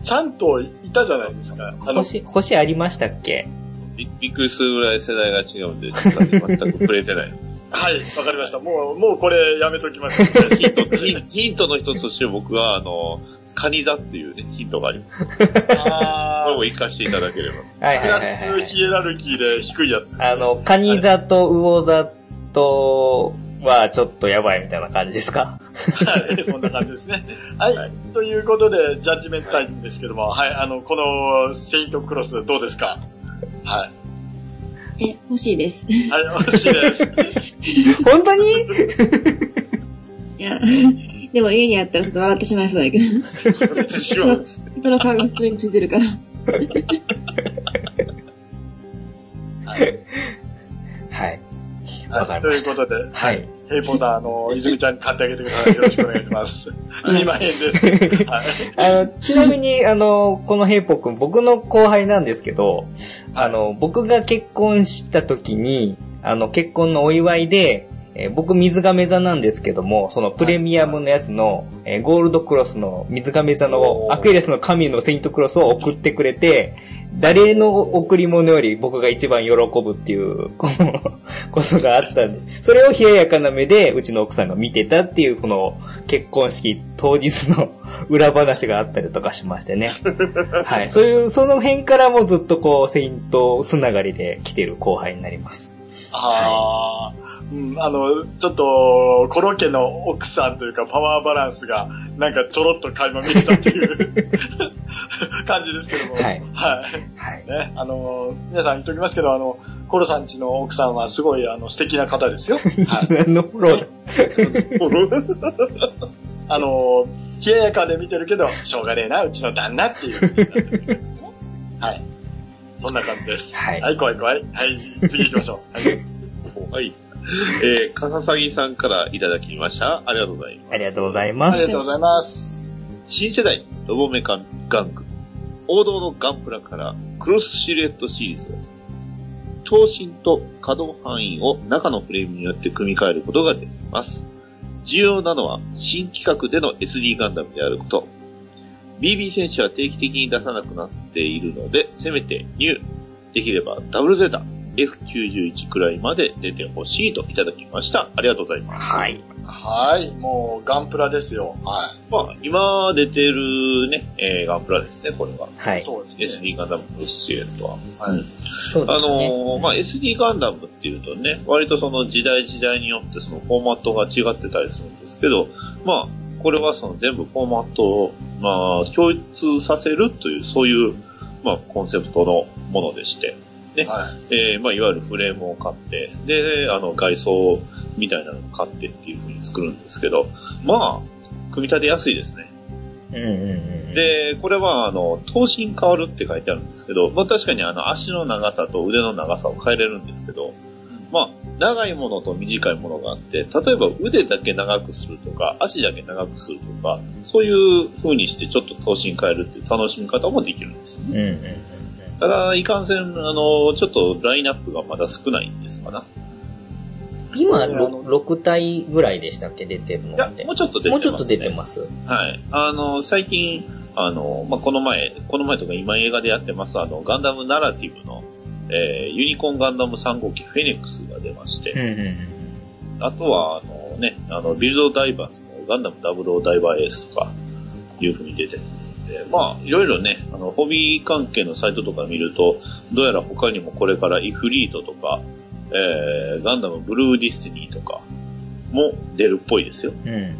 [SPEAKER 3] ちゃんといたじゃないですか。あの、
[SPEAKER 1] 星、星ありましたっけ
[SPEAKER 4] びびっくりするぐらい世代が違うんで、実は全く触れてない。
[SPEAKER 3] はい、わかりました。もう、もうこれやめときましょう。
[SPEAKER 4] ヒント、ヒンヒントの一つとして僕は、あの、カニ座っていうね、ヒントがあります。これ
[SPEAKER 3] あ
[SPEAKER 4] も
[SPEAKER 3] ー
[SPEAKER 4] 活かしていただければ。
[SPEAKER 1] はいは
[SPEAKER 3] ク
[SPEAKER 1] いは
[SPEAKER 3] ラ
[SPEAKER 1] い、は
[SPEAKER 3] ス
[SPEAKER 1] い。
[SPEAKER 3] ヒエラルキーで低いやつ。
[SPEAKER 1] あの、カニ座と魚座とはちょっとやばいみたいな感じです か
[SPEAKER 3] はい、そんな感じですね。はい、ということで、ジャッジメントタイムですけども、はい、あの、この、セイントクロスどうですかは
[SPEAKER 2] え、欲しいです。い
[SPEAKER 3] い。はい、欲しいです。
[SPEAKER 1] 本当に
[SPEAKER 2] や、でも家にあったらちょっと笑ってしまいそうだけど。
[SPEAKER 3] 私は
[SPEAKER 2] 人の顔が普通についてるから。
[SPEAKER 1] はい。わか
[SPEAKER 3] は
[SPEAKER 1] り
[SPEAKER 3] い、と
[SPEAKER 1] ま
[SPEAKER 3] い
[SPEAKER 1] し
[SPEAKER 3] う
[SPEAKER 1] た
[SPEAKER 3] ことで、
[SPEAKER 1] はい。
[SPEAKER 3] ヘイポーさん、あの、泉ちゃんに買ってあげてください。よろしくお願いします。2万円です。はい。
[SPEAKER 1] あの、ちなみに、あの、このヘイポ君、僕の後輩なんですけど、あの、僕が結婚した時に、あの、結婚のお祝いで、えー僕水亀座なんですけども、そのプレミアムのやつの、えーゴールドクロスの水亀座の
[SPEAKER 3] おー
[SPEAKER 1] アクエリアスの神のセイントクロスを送ってくれて、誰の贈り物より僕が一番喜ぶっていう、 この、ことがあったんで、それを冷ややかな目でうちの奥さんが見てたっていう、この結婚式当日の 裏話があったりとかしまして ね。はい。そういう、その辺からもずっとこう、セイントつながりで来てる後輩になります。
[SPEAKER 3] ああ、うん、あの、ちょっと、コロッケの奥さんというかパワーバランスが、なんかちょろっと垣間見えたっていう 感じですけども。
[SPEAKER 1] はい
[SPEAKER 3] はい。
[SPEAKER 1] はい。
[SPEAKER 3] ね、あの、皆さん言っときますけど、あの、コロさんちの奥さんはすごい、あの、素敵な方で すよ。はい。
[SPEAKER 1] 何のフォローだ
[SPEAKER 3] あの、冷ややかで見てるけど、しょうがねえな、うちの旦那って いう。はい。そんな感じです。
[SPEAKER 1] はい
[SPEAKER 3] はい、怖い怖い。はい、次行きましょう。はい
[SPEAKER 4] はい。えー、かささぎさんからいただきました。ありがとうございます。
[SPEAKER 1] ありがとうございま
[SPEAKER 3] あり
[SPEAKER 1] す
[SPEAKER 3] が。とうございます。
[SPEAKER 4] 新世代ロボメカガング。王道のガンプラからクロスシルエットシリーズを。長身と可動範囲を中のフレームによって組み替えることができます。重要なのは新規格での SD ガンダムであること。BB 戦士は定期的に出さなくなっているので、せめてニュー、できればダブルゼータ、F91 くらいまで出てほしいといただきました。ありがとうございます。
[SPEAKER 1] はい。
[SPEAKER 3] はい、もうガンプラですよ。は。
[SPEAKER 4] まあ、今出てるね、えーガンプラですね、これは。
[SPEAKER 1] はいい。
[SPEAKER 3] そうですね。
[SPEAKER 4] SD ガンダムプロスシエットは。
[SPEAKER 3] はい
[SPEAKER 1] そう
[SPEAKER 4] あ
[SPEAKER 1] ですね。
[SPEAKER 4] のーまあ、SD ガンダムっていうとね、割とその時代時代によってそのフォーマットが違ってたりするんですけど、まあ、これはその全部フォーマットを、まあ、共通させるという、そういう、まあ、コンセプトのものでして、
[SPEAKER 3] はい。
[SPEAKER 4] えーまあ、いわゆるフレームを買って、で、あの、外装みたいなのを買ってっていう風に作るんですけど、まあ、組み立てやすいですね。
[SPEAKER 1] うんうんうん。、
[SPEAKER 4] で、これは、あの、頭身変わるって書いてあるんですけど、まあ確かにあの、足の長さと腕の長さを変えれるんですけど、まあ、長いものと短いものがあって、例えば腕だけ長くするとか、足だけ長くするとか、そういう風にしてちょっと頭身変えるっていう楽しみ方もできるんですよね。
[SPEAKER 1] うんうんうん。
[SPEAKER 4] ただ、いかんせん、あの、ちょっとラインナップがまだ少ないんですかな。
[SPEAKER 1] 今、
[SPEAKER 3] ねあの
[SPEAKER 1] 6体ぐらいでしたっけ出てるの
[SPEAKER 4] いや
[SPEAKER 1] って。、
[SPEAKER 4] もうちょっと出てます、ね。
[SPEAKER 1] もうちょっと出てます。
[SPEAKER 4] はい。あの、最近、あの、まあ、この前、この前とか今映画でやってます、あの、ガンダムナラティブの、えーユニコーンガンダム3号機フェニックスが出まして、
[SPEAKER 1] うんうん
[SPEAKER 4] あとは、あのね、あの、ビルドダイバーズのガンダム00ダイバーエースとか、いう風に出てるんで、まあ、いろいろね、あの、ホビー関係のサイトとか見ると、どうやら他にもこれからイフリートとか、えーガンダムブルーディスティニーとか、も出るっぽいですよ。
[SPEAKER 1] うん。うんうんうん。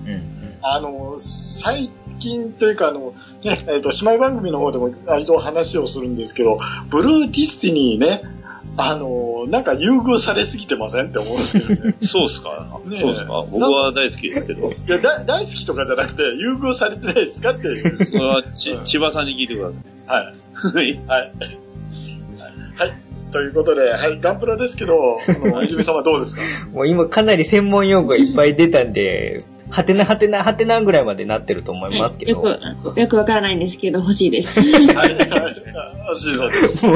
[SPEAKER 3] あの、最近というか、あの、ね、えっ、と、姉妹番組の方でも割と話をするんですけど、ブルーディスティニーね、あの、なんか優遇されすぎてませんって思うんですけどね。
[SPEAKER 4] そうっすか、
[SPEAKER 3] ねえ
[SPEAKER 4] そうっすか僕は大好きですけど。
[SPEAKER 3] いやだ、大好きとかじゃなくて、優遇されてないですかっていう。
[SPEAKER 4] それはち、
[SPEAKER 3] うん
[SPEAKER 4] 千葉さんに聞いてくだ
[SPEAKER 3] はい。
[SPEAKER 4] さい。
[SPEAKER 3] はい。はい。ということで、はい、ガンプラですけど、あ の、いじめ様どうですか
[SPEAKER 1] もう今かなり専門用語がいっぱい出たんで、はてなはてなはてなぐらいまでなってると思いますけど、も
[SPEAKER 2] よく、よくわからないんですけど、欲しいです。
[SPEAKER 3] はい。はい。しいさんです。
[SPEAKER 1] う、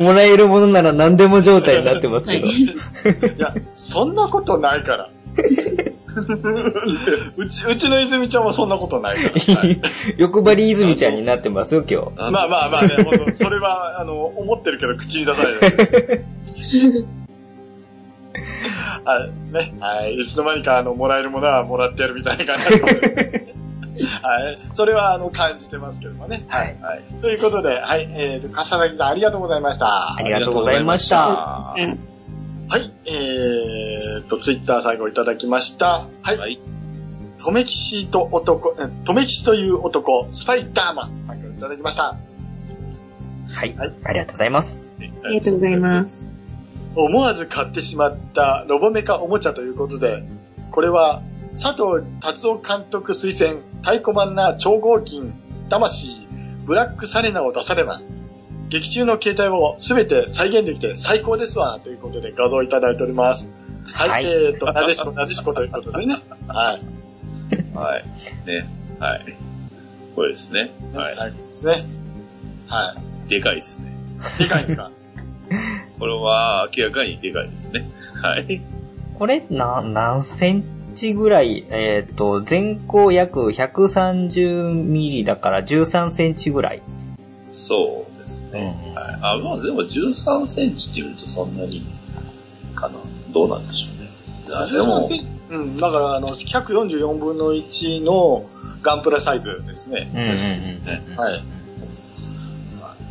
[SPEAKER 1] もらえるものなら何でも状態になってます
[SPEAKER 2] は
[SPEAKER 1] け
[SPEAKER 2] い
[SPEAKER 1] ど。。
[SPEAKER 3] いや、そんなことないから。 うち、うちの泉ちゃんはそんなことないから。 はい
[SPEAKER 1] 欲張り泉ちゃんになってますよ、今日。
[SPEAKER 4] あの
[SPEAKER 3] まあまあまあね、ほんとそれは、あの、思ってるけど口に出さないで。 はい、ね。はい。いつの間にか、あの、もらえるものはもらってやるみたいな感じで。 はい。それは、あの、感じてますけどもね。
[SPEAKER 1] はい。
[SPEAKER 4] はい。
[SPEAKER 3] ということで、はい。えっ、と、笠崎さんありがとうございました。
[SPEAKER 1] ありがとうございました。
[SPEAKER 4] ありがとうございま
[SPEAKER 2] あ
[SPEAKER 3] はい。えー、と、ツイッター最後いただきました。はい
[SPEAKER 4] した。はい。
[SPEAKER 3] とめきしと男、えとめきしという男、スパイダーマンさんからいただきました。
[SPEAKER 1] はい
[SPEAKER 3] はい。
[SPEAKER 1] ありがとうございます。
[SPEAKER 2] ありがとうございます。
[SPEAKER 3] 思わず買ってしまったロボメカおもちゃということで、これは佐藤達夫監督推薦、太鼓判な超合金、魂、ブラックサレナを出されます。劇中の形態をすべて再現できて最高ですわということで画像をいただいております。はい、
[SPEAKER 1] はい
[SPEAKER 3] えーと、なでしこ、 なでしこということでね。はい。
[SPEAKER 4] はい。ね。はい。これですね。はい。
[SPEAKER 3] はい。ですね。は
[SPEAKER 4] でかいですね。
[SPEAKER 3] い。でかいですか
[SPEAKER 4] これは明らかにでかいですね。はい。
[SPEAKER 1] これ、な、何センチぐらい、えっ、と、全高約130ミリだから13センチぐらい。
[SPEAKER 4] そうですね。
[SPEAKER 1] うん。
[SPEAKER 4] はい、あ、まあでも13センチって言うとそんなに、かな。どうなんでしょうね。あでも、
[SPEAKER 3] うん、だから、あの、144分の1のガンプラサイズですね。
[SPEAKER 1] うんうんうん。
[SPEAKER 3] はい。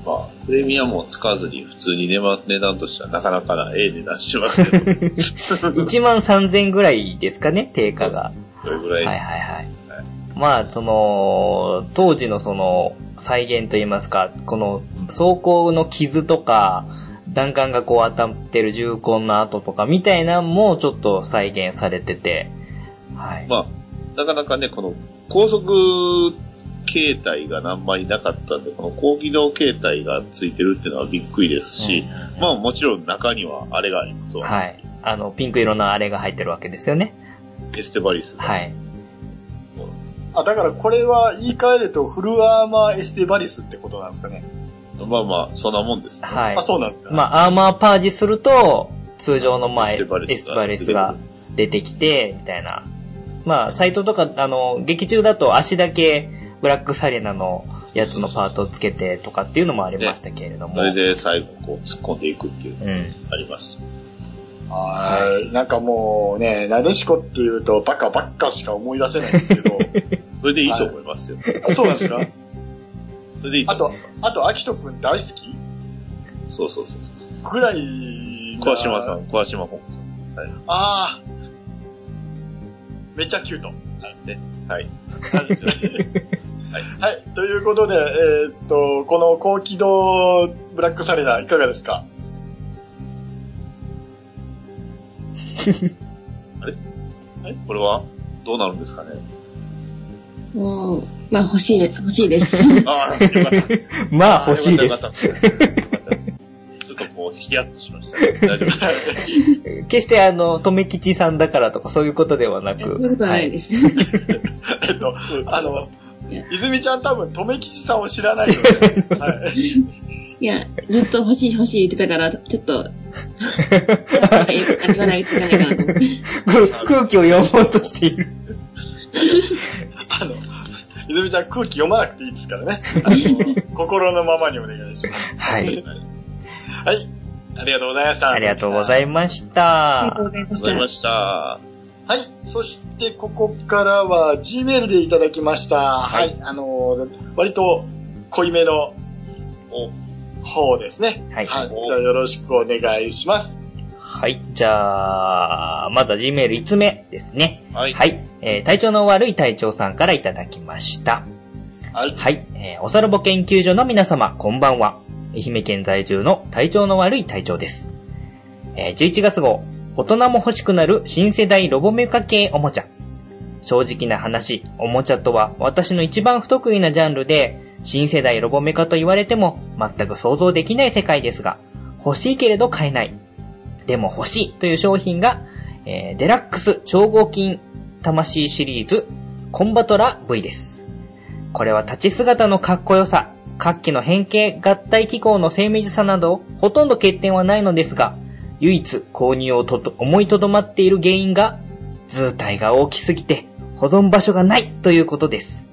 [SPEAKER 4] まあ、プレミアムを使わずに普通に値段値段としてはなかなかな、ええ値段しますけど、
[SPEAKER 1] 1万3000ぐらいですかね、定価が。
[SPEAKER 4] それぐらい。
[SPEAKER 1] はいはいはい。まあ、その、当時のその、再現といいますか、この、走行の傷とか、弾丸がこう当たってる銃痕の跡とか、みたいなんもちょっと再現されてて、はい。
[SPEAKER 4] まあ、なかなかね、この高速形態があんまりなかったんで、この高機能形態がついてるっていうのはびっくりですし、まあもちろん中にはあれがありますわ。
[SPEAKER 1] はい。あの、ピンク色のあれが入ってるわけですよね。
[SPEAKER 4] エステバリス。
[SPEAKER 1] はい。
[SPEAKER 3] あ、だからこれは言い換えるとフルアーマーエステバリスってことなんですかね。
[SPEAKER 4] まあまあ、そんなもんです、ね。
[SPEAKER 1] はい
[SPEAKER 3] あ、。そうなんですか。
[SPEAKER 1] まあ、アーマーパージすると、通常の前、
[SPEAKER 4] エステバリスが
[SPEAKER 1] エステバリスが出てきて、みたいな。まあ、サイトとか、あの、劇中だと足だけ、ブラックサリナのやつのパートをつけてとかっていうのもありましたけれども。
[SPEAKER 4] それで最後こう突っ込んでいくっていうの
[SPEAKER 1] う
[SPEAKER 4] が
[SPEAKER 1] ん。
[SPEAKER 4] ありました。
[SPEAKER 3] はい。なんかもうね、なでしこって言うとバカばっかしか思い出せないんですけ ど。
[SPEAKER 4] それでいいと思いますよ。
[SPEAKER 3] あそうなんですか
[SPEAKER 4] それでいいと
[SPEAKER 3] あ
[SPEAKER 4] 思い
[SPEAKER 3] と
[SPEAKER 4] ます。、
[SPEAKER 3] あと、アキトくん大好き
[SPEAKER 4] そうそうそうそう。
[SPEAKER 3] ぐらい。
[SPEAKER 4] 小島さ。ん、小島本子さん。はい。
[SPEAKER 3] ああ。めっちゃキュート。
[SPEAKER 4] ね。はい。
[SPEAKER 3] はい。ということで、えーっと、この高機動ブラックサレダいかがです か
[SPEAKER 4] はいこれはどうなるんですかね。
[SPEAKER 2] もう、まあ欲しいね、欲しいです。
[SPEAKER 4] ああ、よかった。
[SPEAKER 1] まあ、欲しいで
[SPEAKER 4] よか
[SPEAKER 1] す
[SPEAKER 4] っ。たよかったちょっとこう、ヒヤッとしましたね。大丈夫です。
[SPEAKER 1] 決して、あの、とめきちさんだからとかそういうことではな
[SPEAKER 2] そう
[SPEAKER 1] く。
[SPEAKER 2] いうことはない
[SPEAKER 1] い。
[SPEAKER 2] です。
[SPEAKER 3] えっと、あの
[SPEAKER 2] いや、
[SPEAKER 3] 泉ちゃん多分、留吉さんを知らないので、はい、
[SPEAKER 2] いや、ずっと欲しい欲しい言ってたから、ちょっと、なんか言わない言わないかなと思って。
[SPEAKER 1] 空空気を読もうとしている。
[SPEAKER 3] あの、泉ちゃん空気読まなくていいですか らね。あの心のままにお願いします。
[SPEAKER 1] はい。
[SPEAKER 3] はい。ありがとうございました。
[SPEAKER 1] ありがとうご
[SPEAKER 3] い
[SPEAKER 1] ざいまし
[SPEAKER 2] ありがとう
[SPEAKER 1] た。
[SPEAKER 2] ございま
[SPEAKER 4] ご
[SPEAKER 2] し
[SPEAKER 4] ざいま
[SPEAKER 2] た。
[SPEAKER 4] した。
[SPEAKER 3] ます。はい。そして、ここからは、Gmail でいただきました。は。
[SPEAKER 4] はい
[SPEAKER 3] あの、割と、濃いめの
[SPEAKER 4] お、
[SPEAKER 3] 方ですね。
[SPEAKER 1] はい
[SPEAKER 3] はい。じゃあよろしくお願いします。
[SPEAKER 1] はい。じゃあ、まずは Gmail5 つ目ですね。
[SPEAKER 4] はい。
[SPEAKER 1] はい。えー体調の悪い隊長さんからいただきました。
[SPEAKER 3] はい。
[SPEAKER 1] はい。えーおさらぼ研究所の皆様、こんばんは。愛媛県在住の体調の悪い隊長です。えー11月号、大人も欲しくなる新世代ロボメカ系おもちゃ。正直な話、おもちゃとは私の一番不得意なジャンルで、新世代ロボメカと言われても全く想像できない世界ですが、欲しいけれど買えない。でも欲しいという商品が、えーデラックス超合金魂シリーズコンバトラ V です。これは立ち姿のかっこよさ、各機の変形合体機構の精密さなど、ほとんど欠点はないのですが、唯一購入をとと思いとどまっている原因が、図体が大きすぎて保存場所がないということです。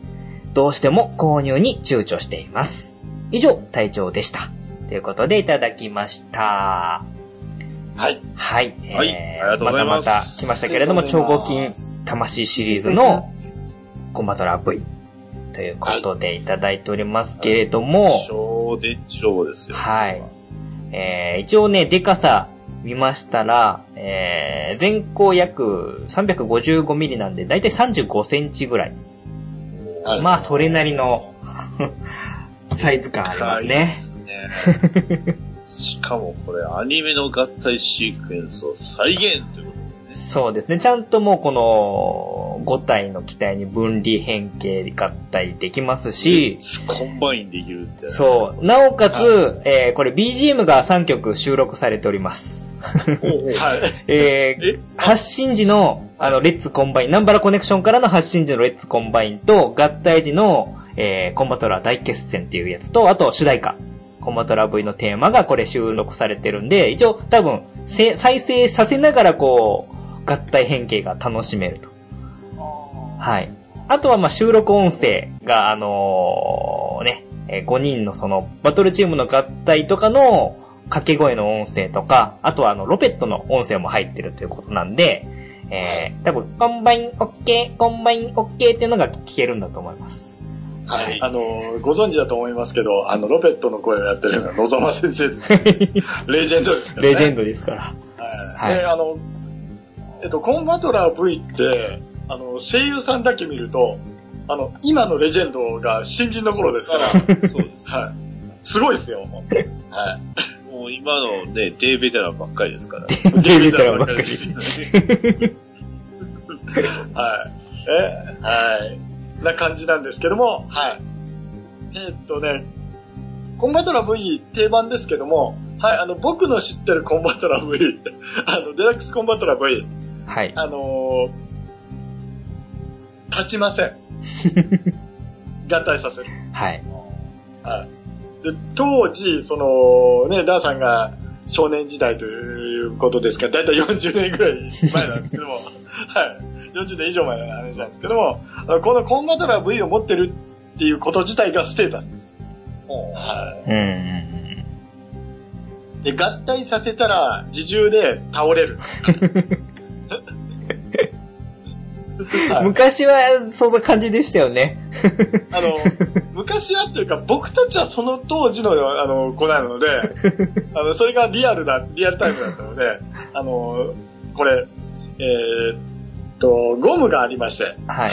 [SPEAKER 1] どうしても購入に躊躇しています。以上、隊長でした。ということでいただきました。
[SPEAKER 3] はい。
[SPEAKER 1] はい。
[SPEAKER 4] はい
[SPEAKER 1] えー
[SPEAKER 4] ありがとうございます
[SPEAKER 1] またまた来ましたけれども、
[SPEAKER 3] ありがと
[SPEAKER 1] 超
[SPEAKER 3] うご
[SPEAKER 1] 合
[SPEAKER 3] ざい
[SPEAKER 1] 金
[SPEAKER 3] ます
[SPEAKER 1] 魂シリーズのコンバトラ V ということでいただいておりますけれども、
[SPEAKER 4] 小電池ロボですよ。
[SPEAKER 1] はい。えー一応ね、でかさ見ましたら、えー全高約355ミリなんで、だいたい35センチぐらい。
[SPEAKER 3] はい
[SPEAKER 1] まあ、それなりの サイズ感ありますね。
[SPEAKER 4] はいしかもこれ、アニメの合体シークエンスを再現というこ
[SPEAKER 1] そうですね。ちゃんともうこの5体の機体に分離変形合体できます
[SPEAKER 4] とで
[SPEAKER 1] し、、
[SPEAKER 4] コンバインできるって。
[SPEAKER 1] そう。なおかつ、えーこれ BGM が3曲収録されております。
[SPEAKER 3] はい。
[SPEAKER 1] えー
[SPEAKER 4] え
[SPEAKER 1] 発信時の、あの、レッツコンバイン、ナンバラコネクションからの発信時のレッツコンバインと、合体時の、えーコンバトラー大決戦っていうやつと、あと主題歌、コンバトラー V のテーマがこれ収録されてるんで、一応多分、せ再生させながらこう、合体変形が楽しめると。
[SPEAKER 3] あ
[SPEAKER 1] はい。あとは、まあ、収録音声が、あのーね、え5人のその、バトルチームの合体とかの掛け声の音声とか、あとは、あの、ロペットの音声も入ってるということなんで、えー、多分、コンバインオッケー、コンバインオッケーっていうのが聞けるんだと思います。
[SPEAKER 3] ーはい。あのー、ご存知だと思いますけど、あの、ロペットの声をやってるのが野沢先生です。レジェンドですからね。
[SPEAKER 1] レジェンドですから。
[SPEAKER 3] はい。で、
[SPEAKER 1] は
[SPEAKER 3] あの、えっと、コンバトラー V って、あの、声優さんだけ見ると、あの、今のレジェンドが新人の頃ですから、
[SPEAKER 4] そうです。
[SPEAKER 3] はい。すごいですよ。は
[SPEAKER 4] もう今のね、デーベテランばっかりですから。
[SPEAKER 3] い。
[SPEAKER 1] デビューからばっかり。
[SPEAKER 3] はい。え、はい。な感じなんですけども、はい。えーっとね、コンバトラ V 定番ですけども、はい、あの、僕の知ってるコンバトラ V、あ の、デラックスコンバトラ V、
[SPEAKER 1] はい。
[SPEAKER 3] あのー立ちませ ん。合体させる。
[SPEAKER 1] はい。
[SPEAKER 3] はい。で、当時、その、ね、ダーさんが少年時代ということですから、だいたい40年ぐらい前なんですけど も、はい。40年以上前の話なんですけども、あのこのコンバトラー V を持ってるっていうこと自体がステータスです。は
[SPEAKER 1] うんうんうん。
[SPEAKER 3] い。で、合体させたら自重で倒 れる。はい
[SPEAKER 1] 昔は、そんな感じでしたよね。
[SPEAKER 3] あの、昔はっていうか、僕たちはその当時の、あの、子なので、あの、それがリアルだ、リアルタイムだったので、あの、これ、えーっと、ゴムがありまして、
[SPEAKER 1] はい。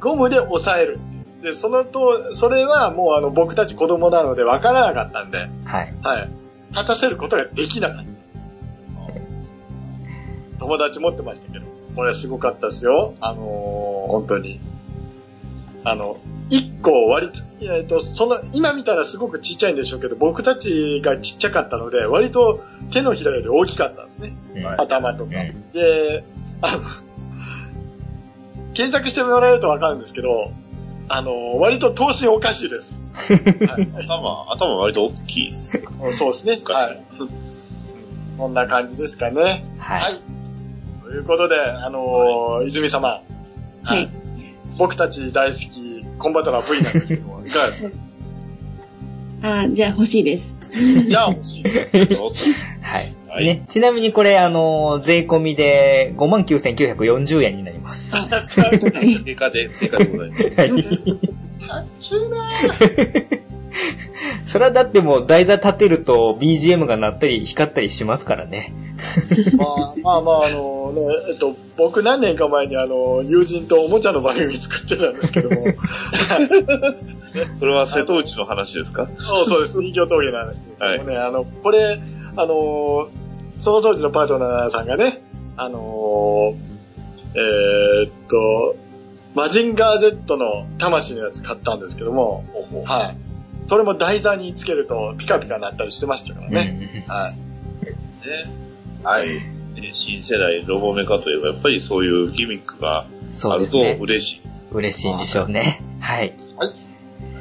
[SPEAKER 3] ゴムで押さえる。で、そのと、それはもうあの、僕たち子供なので分からなかったんで、
[SPEAKER 1] はい。
[SPEAKER 3] はい。立たせることができなかった。友達持ってましたけど、これすごかったですよ。あのー本当に。あの、一個割と、えっと、その、今見たらすごくちっちゃいんでしょうけど、僕たちがちっちゃかったので、割と手のひらより大きかったんですね。
[SPEAKER 1] うん
[SPEAKER 4] はい
[SPEAKER 3] 頭とか
[SPEAKER 1] う。
[SPEAKER 3] で、あの、検索してもらえるとわかるんですけど、あのー、割と頭身おかしい です。はい
[SPEAKER 4] 頭、頭割と大きいです。
[SPEAKER 3] そうですね。はい。そんな感じですかね。は
[SPEAKER 1] はいい。。
[SPEAKER 3] ということで、あのー泉様。
[SPEAKER 2] はい。
[SPEAKER 3] 僕たち大好き、コンバトラー V なんです けども、いかがですか
[SPEAKER 2] あーじゃあ欲しいです。
[SPEAKER 3] じゃあ欲しい。
[SPEAKER 4] どうぞ
[SPEAKER 1] はい。
[SPEAKER 4] はい
[SPEAKER 1] ね、ちなみにこれ、あのー、税込みで59,940円になります。は
[SPEAKER 2] はい。
[SPEAKER 4] デカで、デカでございます。
[SPEAKER 1] い。
[SPEAKER 3] きな
[SPEAKER 1] それはだってもう台座立てると BGM が鳴ったり光ったりしますからね。
[SPEAKER 3] まあまあまあ、あのーね、えっと、僕何年か前にあのー友人とおもちゃの番組作ってたんですけども、
[SPEAKER 4] それは瀬戸内の話ですか
[SPEAKER 3] そうそうです。人形峠の話ですけどもね、あの、これ、あのーその当時のパートナーさんがね、あのーえーっと、マジンガー Z の魂のやつ買ったんですけども、はい。それも台座につけるとピカピカなったりしてましたからね。
[SPEAKER 1] ね。
[SPEAKER 3] はい。
[SPEAKER 4] はい。ね新世代ロボメカといえば、やっぱりそういうギミックが
[SPEAKER 1] そ
[SPEAKER 4] あ
[SPEAKER 1] うで
[SPEAKER 4] る
[SPEAKER 1] す
[SPEAKER 4] と
[SPEAKER 1] ね。
[SPEAKER 4] 嬉しいです。
[SPEAKER 1] 嬉しいんでしょうね。はい。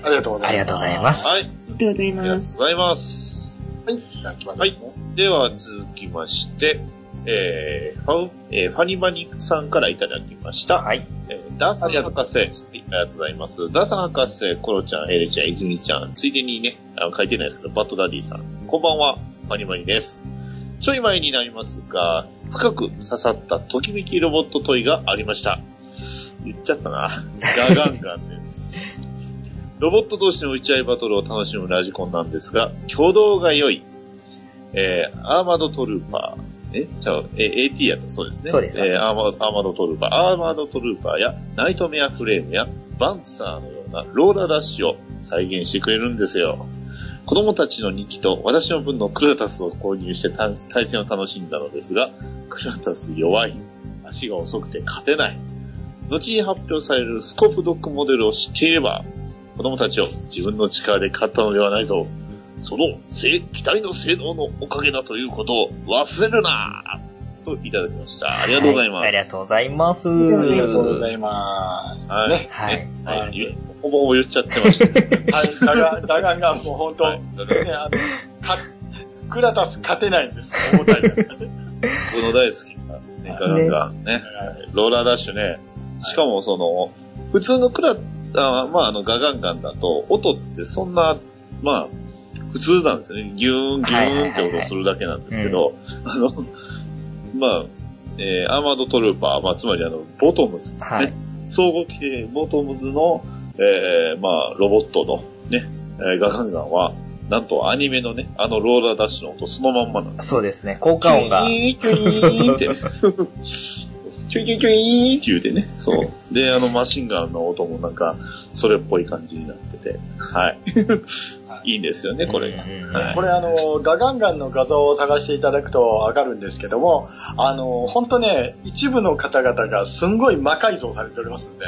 [SPEAKER 3] ありがとうござ
[SPEAKER 1] あ
[SPEAKER 3] います。
[SPEAKER 1] りがとうございます。
[SPEAKER 4] はい。
[SPEAKER 2] ありがとうござい
[SPEAKER 4] ありがとう
[SPEAKER 2] ます。
[SPEAKER 4] ございます。
[SPEAKER 3] はい。じゃあ、来ました
[SPEAKER 4] はいでは、続きまして、えー、ファウえーファニマニさんからいただきました。
[SPEAKER 1] はい。
[SPEAKER 4] えーダーサン博士、はいありがとうございます。ダーサン博士、コロちゃん、エレちゃん、イズミちゃん、ついでにね、あの書いてないですけど、バッドダディさん、こんばんは、マニマニです。ちょい前になりますが、深く刺さったときめきロボットトイがありました。言っちゃったな。ガガンガンです。ロボット同士の打ち合いバトルを楽しむラジコンなんですが、挙動が良い。えー、アーマードトルーパー。えちゃう、えー、AT やったそうですね。
[SPEAKER 1] そうです
[SPEAKER 4] えーアーマーアーマードトルーパー。アーマードトルーパーや、ナイトメアフレームや、バンサーのようなローラーダッシュを再現してくれるんですよ。子供たちの2機と私の分のクラタスを購入して対対戦を楽しんだのですが、クラタス弱い。足が遅くて勝てない。後に発表されるスコープドッグモデルを知っていれば、子供たちを自分の力で勝ったのではないぞ。その性、機体の性能のおかげだということを忘れるなといただきました。ありがとうございます。
[SPEAKER 1] ありがとうございます。
[SPEAKER 2] あ
[SPEAKER 3] あ
[SPEAKER 2] り
[SPEAKER 3] り
[SPEAKER 2] が
[SPEAKER 3] がとうございます。
[SPEAKER 4] はい
[SPEAKER 3] ね。
[SPEAKER 1] はい。
[SPEAKER 4] はい
[SPEAKER 3] はい
[SPEAKER 4] ゆほぼほぼ言っちゃってましたね。
[SPEAKER 3] はい。ダガン、ダガンがもう本当、
[SPEAKER 4] は
[SPEAKER 3] ね、
[SPEAKER 4] いだから
[SPEAKER 3] あの、か、クラタス勝てないんです。重たいから。
[SPEAKER 4] 僕の大好きな年間ガンガンね。ローラーダッシュね。しかもその、普通のクラ、あまああのガガンガンだと、音ってそんな、まあ、普通なんですよね。ギューン、ギューンって音をするだけなんですけど、あの、まあ、えー、アーマードトルーパー、まあつまりあの、ボトムズ、ね。
[SPEAKER 1] はい。
[SPEAKER 4] 総合機でボトムズの、えー、まあ、ロボットのね、えーガガンガンは、なんとアニメのね、あのローラーダッシュの音そのまんまなんです。
[SPEAKER 1] そうですね。効果音が。
[SPEAKER 4] キュ イーン、キュイーンって。キュイキュイキュイーンって言うてね。そう。で、あのマシンガンの音もなんか、それっぽい感じになってて。はい。いいんですよね、これが
[SPEAKER 1] う。ん
[SPEAKER 4] はい
[SPEAKER 3] これあの、ガガンガンの画像を探していただくとわかるんですけども、あの、本当ね、一部の方々がすんごい魔改造されております んで、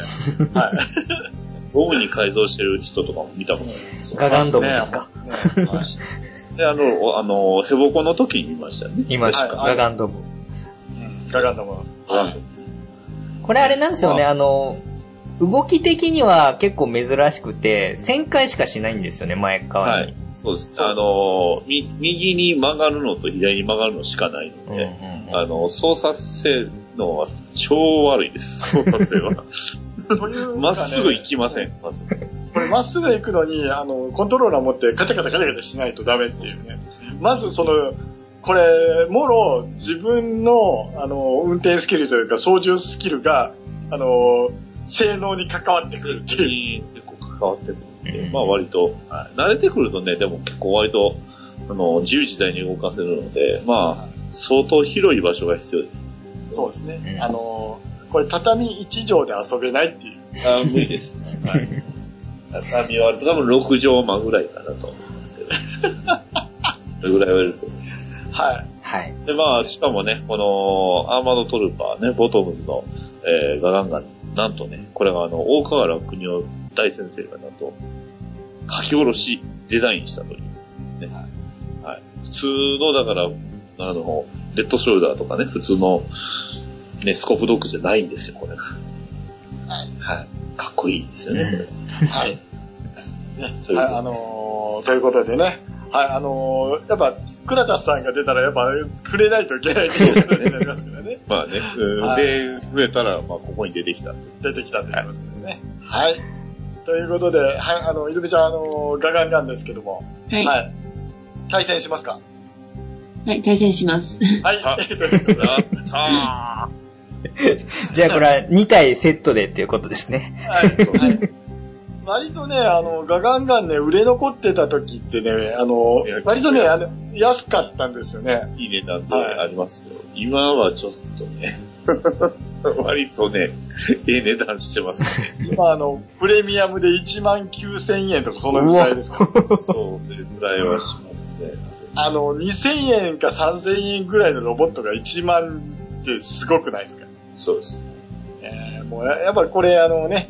[SPEAKER 3] はい。
[SPEAKER 4] ゴムに改造してる人とかも見たことあるんですよ。
[SPEAKER 1] ガガンドムですか。
[SPEAKER 3] ねはい
[SPEAKER 4] で、あの、おあの、ヘボコの時に見ましたね。
[SPEAKER 1] 今しか、
[SPEAKER 3] はいはい
[SPEAKER 1] ガガンドム。
[SPEAKER 3] うんガガンドも。
[SPEAKER 4] は
[SPEAKER 3] はい
[SPEAKER 4] い。
[SPEAKER 1] これあれなんですよね、あの、動き的には結構珍しくて、1000回しかしないんですよね、前側
[SPEAKER 4] は
[SPEAKER 1] に。
[SPEAKER 4] い。そうです。
[SPEAKER 3] そう
[SPEAKER 4] あ
[SPEAKER 3] そ
[SPEAKER 4] の、み右に曲がるのと左に曲がるのしかない
[SPEAKER 1] う
[SPEAKER 4] の
[SPEAKER 1] ん
[SPEAKER 4] で、
[SPEAKER 1] うん
[SPEAKER 4] あの、操作性能は超悪いです。操作 性は。
[SPEAKER 3] というかね
[SPEAKER 4] まっすぐ行きませ。ん。まず
[SPEAKER 3] これまっすぐ行くのに、あの、コントローラー持ってカチャカチャカチャカチャしないとダメっていうね。まずその、これ、もろ自分の、あの、運転スキルというか操縦スキルが、あの、性能に関わってくるっていう。
[SPEAKER 4] 結構関わってくるんで、
[SPEAKER 1] うん
[SPEAKER 4] まあ割と、はい慣れてくるとね、でも結構割と、あの、自由自在に動かせるので、まあ、相当広い場所が必要です。
[SPEAKER 3] そうですね。
[SPEAKER 1] うん
[SPEAKER 3] あのーこれ畳一畳で遊べないっていう。
[SPEAKER 4] あー無理です。はい。畳は多分6畳間ぐらいかなと思うんですけど。 それぐらいはいると思
[SPEAKER 3] はい。
[SPEAKER 1] はい。
[SPEAKER 4] う。で、まあ、しかもね、この、アーマードトルーパーね、ボトムズの、えーガガンガン、なんとね、これがあの、大河原国夫大先生がなんと、書き下ろしデザインしたという、ね。はい。普通の、だから、あの、レッドショルダーとかね、普通の、ね、スコープドッグじゃないんですよ、これが。
[SPEAKER 3] はい。
[SPEAKER 4] はい。かっこいいですよね、これ。
[SPEAKER 3] はい。ね
[SPEAKER 4] ということ
[SPEAKER 3] は
[SPEAKER 4] で
[SPEAKER 3] い、あのーということでね。はい、あのーやっぱ、倉田さんが出たら、やっぱ、くれないといけないっていうことになりますから ね。
[SPEAKER 4] まあね、
[SPEAKER 3] はい
[SPEAKER 4] で、触れたら、まあ、ここに出てきた。
[SPEAKER 3] 出てきたということ でね。はい。ということで、はい、あの、いずみちゃん、あのーガガンなんですけども、
[SPEAKER 2] はい。は
[SPEAKER 3] はい。対戦しますか
[SPEAKER 2] い、対戦します。
[SPEAKER 3] は
[SPEAKER 4] あ
[SPEAKER 3] い。ということで
[SPEAKER 4] やった
[SPEAKER 1] じゃあこれは2体セットでっていうことですね。
[SPEAKER 3] はい。はい割とね、あの、ガガンガンね、売れ残ってた時ってね、あの
[SPEAKER 4] いや、
[SPEAKER 3] 割とね、あの安かったんですよね。
[SPEAKER 4] ーいい値段で
[SPEAKER 3] はい
[SPEAKER 4] ありますよ。今はちょっとね、 割とね、ええ値段してますね。
[SPEAKER 3] 今、あの、プレミアムで1万9000円とかその時代ですから
[SPEAKER 4] そう、それぐらいはしますね。
[SPEAKER 3] あの、2000円か3000円ぐらいのロボットが1万ってすごくないですか、
[SPEAKER 4] そうです。
[SPEAKER 3] えーもうや、やっぱこれ、あのね、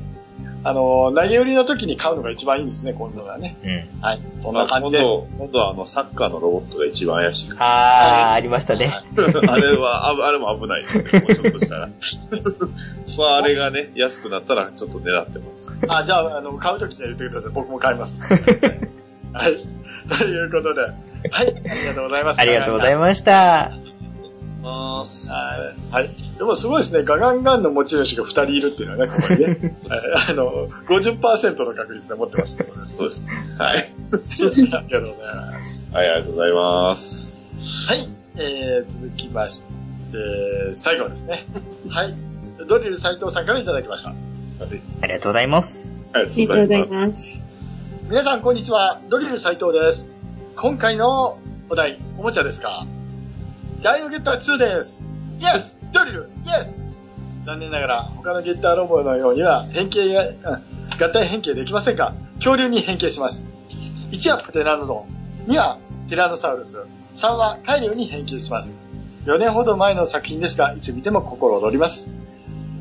[SPEAKER 3] あの、投げ売りの時に買うのが一番いいんですね、今度はね。
[SPEAKER 1] うん。
[SPEAKER 3] はい。そんな
[SPEAKER 4] あ
[SPEAKER 3] 感
[SPEAKER 4] 今
[SPEAKER 3] じです
[SPEAKER 4] 度。、今度はあの、サッカーのロボットが一番怪しい。
[SPEAKER 1] あー、ありましたね。
[SPEAKER 4] あれは、ああれも危ないですね。もうちょっとしたら。 まあ、あれがね、安くなったらちょっと狙ってます。
[SPEAKER 3] あ、じゃあ、あの、買うときには言ってください。僕も買い ます。はい。ということで、はい。ありがとうございます。
[SPEAKER 1] ありがとうござい
[SPEAKER 3] ま
[SPEAKER 1] ました。
[SPEAKER 4] あ
[SPEAKER 3] す。はい。はい。でもすごいですね。ガガンガンの持ち主が2人いるっていうのはね、ここにね。はいあの、50%の確率で持ってます。
[SPEAKER 4] そうです。はい。
[SPEAKER 3] ありがとうございます。
[SPEAKER 4] はい、ありがとうございます。
[SPEAKER 3] はい。えー、続きまして、最後ですね。はい。ドリル斉藤さんからいただきました。
[SPEAKER 1] ありがとうございます。
[SPEAKER 4] あ
[SPEAKER 2] あり
[SPEAKER 4] り
[SPEAKER 2] が
[SPEAKER 4] が
[SPEAKER 2] と
[SPEAKER 4] と
[SPEAKER 2] うご
[SPEAKER 4] うご
[SPEAKER 2] ざい
[SPEAKER 4] ざい
[SPEAKER 2] ます。
[SPEAKER 3] 皆さん、こんにちは。ドリル斉藤です。今回のお題、おもちゃですかジャイアントゲッター2です。イエスドリルイエス残念ながら、他のゲッターロボのようには変形や、 うん合体変形できませんが、恐竜に変形します。1はプテラノドン、2はティラノサウルス、3はカイリュウに変形します。4年ほど前の作品ですが、いつ見ても心躍ります。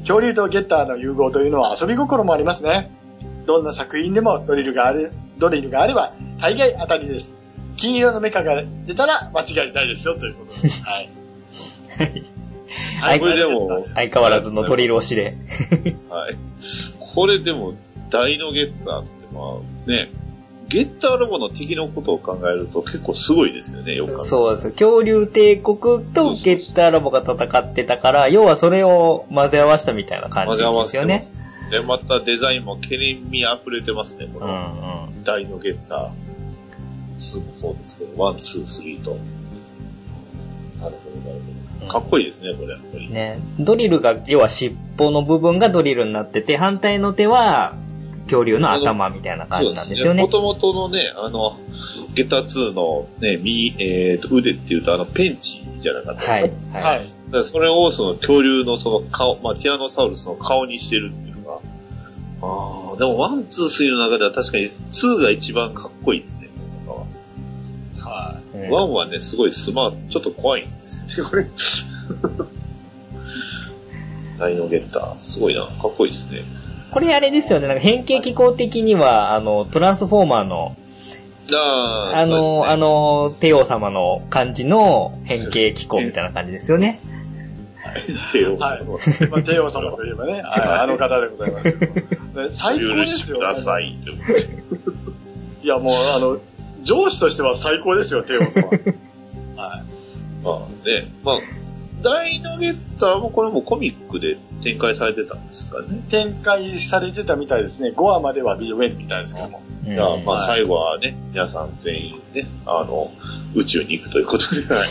[SPEAKER 3] 恐竜とゲッターの融合というのは遊び心もありますね。どんな作品でもドリルがある、ドリルがあれば、大概当たりです。金色のメカが出たら間違いないですよ、ということで。 はい。
[SPEAKER 1] はい
[SPEAKER 4] これでも、
[SPEAKER 1] 相変わらずのドリル推しで。
[SPEAKER 4] はい。これでも、大のゲッターって、まあね、ゲッターロボの敵のことを考えると結構すごいですよね、よく考えると
[SPEAKER 1] そうです。恐竜帝国とゲッターロボが戦ってたから、要はそれを混ぜ合わせたみたいな感
[SPEAKER 4] 混
[SPEAKER 1] じ
[SPEAKER 4] ぜ合
[SPEAKER 1] で
[SPEAKER 4] わ
[SPEAKER 1] す
[SPEAKER 4] せ
[SPEAKER 1] よ
[SPEAKER 4] てま
[SPEAKER 1] ね
[SPEAKER 4] す。。で、またデザインも懸念味溢れてますね、こ
[SPEAKER 1] う
[SPEAKER 4] の
[SPEAKER 1] んうん。
[SPEAKER 4] 大のゲッター。2もそうですけど、1、2、3と。なるほど、なるほど。かっこいいですね、これ、やっぱり。
[SPEAKER 1] ね。ドリルが、要は尻尾の部分がドリルになってて、反対の手は恐竜の頭みたいな感じなんですよね
[SPEAKER 4] も。ともとのね、あの、ゲッター2のね、右、えーと、腕っていうと、あの、ペンチじゃなかったですか
[SPEAKER 1] はい。
[SPEAKER 3] は
[SPEAKER 1] はい。
[SPEAKER 3] い。
[SPEAKER 4] だからそれをその恐竜のその顔、まあ、ティラノサウルスの顔にしてるっていうのが、ああ、でもワン、ツー、スリーの中では確かにツーが一番かっこいいですね。こ
[SPEAKER 3] は
[SPEAKER 1] う
[SPEAKER 4] の
[SPEAKER 1] ん
[SPEAKER 4] 中はワンはね、すごいスマート、ちょっと怖いんです よね、これ。ダイノゲッター、すごいな、かっこいいですね。
[SPEAKER 1] これあれですよね。なんか変形機構的には、あの、トランスフォーマーの、
[SPEAKER 4] あー
[SPEAKER 1] あの、あ、の、帝王様の感じの変形機構みたいな感じですよね。
[SPEAKER 4] そうですね手を
[SPEAKER 3] はいい。まあ、帝王様といえばね、はいあの方でございますけど。ね 最高
[SPEAKER 4] お許
[SPEAKER 3] で
[SPEAKER 4] し
[SPEAKER 3] す
[SPEAKER 4] く
[SPEAKER 3] よ。
[SPEAKER 4] ださいってことで。
[SPEAKER 3] いや、もう、あの、上司としては最高ですよ、帝王 様。は
[SPEAKER 4] まあね、まあ、ダイノゲッターもこれもコミックで展開されてたんですかね。
[SPEAKER 3] い。展開されてたみたいですね。5話まではビヨエンみたいですけども。
[SPEAKER 1] うん
[SPEAKER 4] いや、ま
[SPEAKER 3] は
[SPEAKER 4] あ
[SPEAKER 3] い
[SPEAKER 4] 最後はね、皆さん全員ね、あの、宇宙に行くということで、 はい。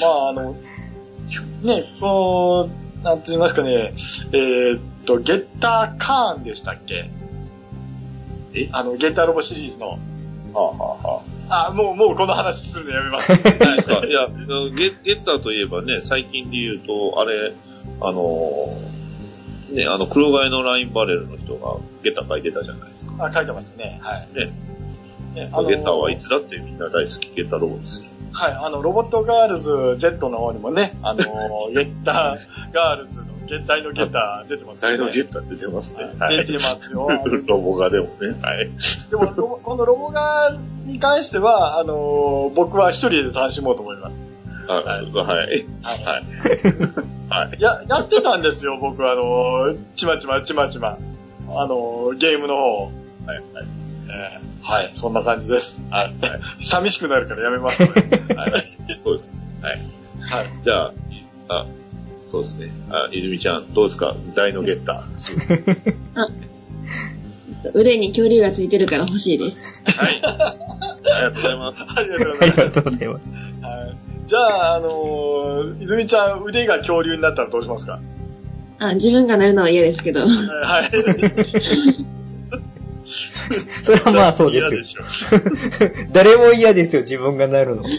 [SPEAKER 3] まあ、あの、ね、こう、なんて言いますかね、えーっと、ゲッターカーンでしたっけ
[SPEAKER 4] え
[SPEAKER 3] あの、ゲッターロボシリーズの。
[SPEAKER 4] はあ、はあ
[SPEAKER 3] あ、
[SPEAKER 4] は
[SPEAKER 3] もう、もうこの話するのやめ ます。
[SPEAKER 4] あ、ないですか。いや、ゲゲッターといえばね、最近で言うと、あれ、あのーね、あの、黒貝のラインバレルの人がゲッター書いてたじゃないですか。
[SPEAKER 3] あ、書いてましたね。はい。
[SPEAKER 4] ね
[SPEAKER 3] ねあの
[SPEAKER 4] ゲッターはいつだってみんな大好きゲッターロボですよ。
[SPEAKER 3] はい、あの、ロボットガールズ Z の方にもね、あ のー、ゲッターガールズの、ゲッタイのゲッター出てます
[SPEAKER 4] 大
[SPEAKER 3] ね。
[SPEAKER 4] のゲッターって出ますね。
[SPEAKER 3] は
[SPEAKER 4] はいい
[SPEAKER 3] 出。てますよ。
[SPEAKER 4] ロボがでもね、はい。
[SPEAKER 3] でもロボ、このロボガーに関しては、あのー僕は一人で楽しもうと思います。
[SPEAKER 4] はい。はい。
[SPEAKER 3] は
[SPEAKER 4] はい。
[SPEAKER 3] い。や、やってたんですよ、僕、あのーちまちまちまちま。あのーゲームの方。はい、はい。えーはい、そんな感じです。はい。寂しくなるからやめます、はい。
[SPEAKER 4] そうですね。はい。
[SPEAKER 3] はい。
[SPEAKER 4] じゃあ、あ、そうですね。あ、泉ちゃん、どうですか大のゲ ッター。
[SPEAKER 2] 腕に恐竜がついてるから欲しいです。
[SPEAKER 4] はい。ありがとうございます。
[SPEAKER 3] ありがとうござ
[SPEAKER 1] あ
[SPEAKER 3] い
[SPEAKER 1] り
[SPEAKER 3] ます
[SPEAKER 1] が。とうございます。
[SPEAKER 3] はいじゃあ、あのー、泉ちゃん、腕が恐竜になったらどうします か
[SPEAKER 2] あ、自分がなるのは嫌ですけど。
[SPEAKER 3] はい。
[SPEAKER 1] それは まあそうです
[SPEAKER 3] 嫌
[SPEAKER 1] よ
[SPEAKER 3] で。しょ。
[SPEAKER 1] 誰も嫌ですよ、自分がなるの。
[SPEAKER 3] いや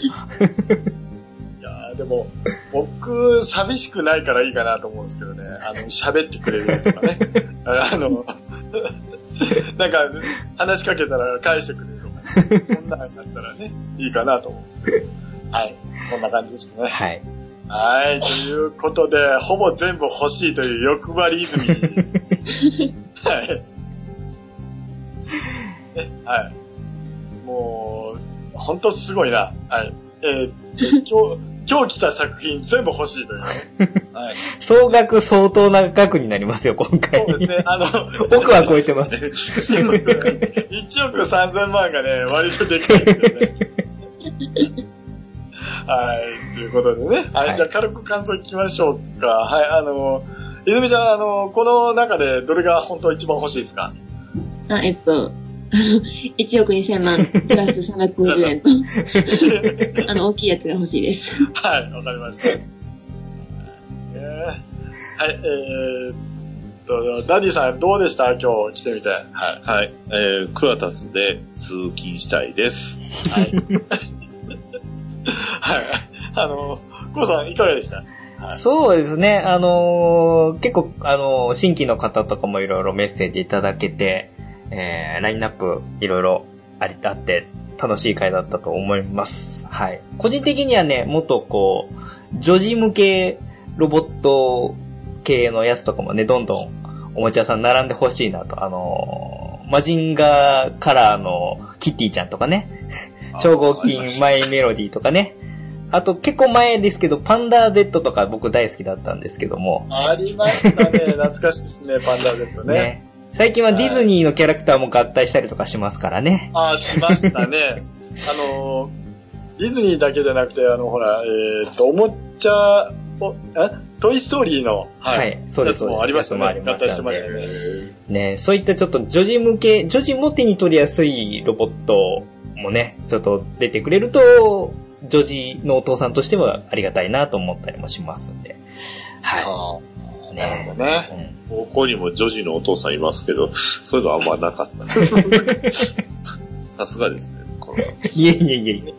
[SPEAKER 3] ーでも、僕、寂しくないからいいかなと思うんですけどね。あの、喋ってくれるとかね。あの、なんか、話しかけたら返してくれるとか、ね、そんなんだったらね、いいかなと思うんですけど。はい。そんな感じですね。
[SPEAKER 1] はい。
[SPEAKER 3] はい。ということで、ほぼ全部欲しいという欲張り泉。はい。えはい。もう、ほんとすごいな。はい。えー今日、今日来た作品全部欲しいという。はい。
[SPEAKER 1] 総額相当な額になりますよ、今回。
[SPEAKER 3] そうですね。あの、
[SPEAKER 1] 奥は超えてます。
[SPEAKER 3] 1億3000万がね、割とでかいんですよ ね。はい、ということでね。はい、
[SPEAKER 1] はい
[SPEAKER 3] じゃあ軽く感想聞きましょうか。はい、あの、泉ちゃん、あの、この中でどれが本当一番欲しいですか
[SPEAKER 2] あ、えっと、1億2000万プラス350円 と、あの、大きいやつが欲しいです。
[SPEAKER 3] はい、わかりま した。えーはい、えー、っと、ダディさんどうでした今日来てみて。はい。は
[SPEAKER 4] はい。えー、クラタスで通勤したいです。
[SPEAKER 3] い。 はい。あの、コウさんいかがでした
[SPEAKER 1] そうですね。あのー結構、あのー新規の方とかもいろいろメッセージいただけて、えー、ラインナップいろいろあり、あって、楽しい回だったと思います。はい。個人的にはね、もっとこう、女児向けロボット系のやつとかもね、どんどんおもちゃ屋さん並んでほしいなと。あのーマジンガーカラーのキティちゃんとかね。超合金マイメロディーとかね。あと結構前ですけど、パンダー Z とか僕大好きだったんですけども。
[SPEAKER 3] ありましたね。懐かしいですね、パンダ Z ね。
[SPEAKER 1] ね。最近はディズニーのキャラクターも合体したりとかしますからね。
[SPEAKER 3] ああ、しまし たね。あの、ディズニーだけじゃなくて、あの、ほら、えーっと、おもちゃ、お、えトイストーリーの、
[SPEAKER 1] はいそうです
[SPEAKER 3] やつもありましたね。
[SPEAKER 1] そうです
[SPEAKER 3] 合体してました
[SPEAKER 1] や
[SPEAKER 3] ね。
[SPEAKER 1] ねそういったちょっと女児向け、女児も手に取りやすいロボットもね、ちょっと出てくれると、女児のお父さんとしてはありがたいなと思ったりもしますんで。はい。
[SPEAKER 3] ああ、なるほ
[SPEAKER 1] ね。
[SPEAKER 3] どね。
[SPEAKER 1] うん
[SPEAKER 4] ここにも女児のお父さんいますけど、そういうのあんまなかったね。 さすがですね。これはい
[SPEAKER 1] えいえいえいえ。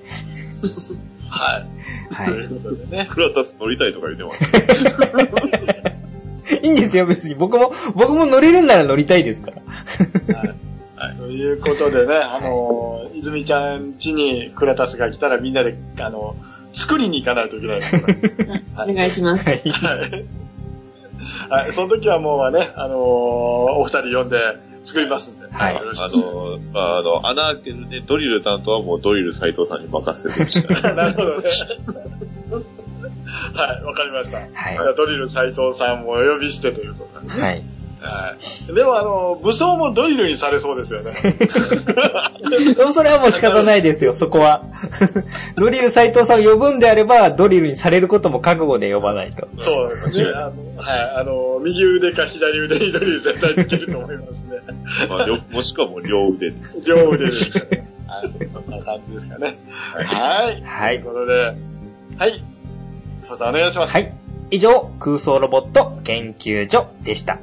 [SPEAKER 3] はい。
[SPEAKER 1] は
[SPEAKER 3] ということでね。
[SPEAKER 4] 倉田さん乗りたいとか言ってます。
[SPEAKER 1] い。いいんですよ、別に。僕も、僕も乗れるなら乗りたいですから。
[SPEAKER 3] ということでね、あのー、泉ちゃん家にクラタスが来たらみんなで、あのー、作りに行かないといけないですから。
[SPEAKER 2] お願いします。
[SPEAKER 1] はい。
[SPEAKER 3] はい。はい、その時はもうね、あのーお二人呼んで作りますんで。
[SPEAKER 1] はい
[SPEAKER 3] よろし
[SPEAKER 4] あ
[SPEAKER 3] く。
[SPEAKER 4] の、まあ、あの、穴開けるね、ドリル担当はもうドリル斎藤さんに任せてるしかな
[SPEAKER 3] なる
[SPEAKER 4] い。
[SPEAKER 3] ほどね。はい、わかりました。
[SPEAKER 1] はい
[SPEAKER 3] じゃ。あドリル斎藤さんもお呼びしてということで。
[SPEAKER 1] はい。
[SPEAKER 3] はい。でもあのー武装もドリルにされそうですよね。
[SPEAKER 1] でもそれはもう仕方ないですよ、そこは。 ドリル斎藤さんを呼ぶんであれば、ドリルにされることも覚悟で呼ばないと。
[SPEAKER 3] そうですね。あのはい、あのー右腕か左腕にドリル絶対つけると思いますね。
[SPEAKER 4] まあ、両もしくはもう両腕です。
[SPEAKER 3] 両腕ですからね。はい、こんな感じですかね。はい。
[SPEAKER 1] はい
[SPEAKER 3] ということで、はい。そうさんお願いします。
[SPEAKER 1] はい。以上、空想ロボット研究所でした。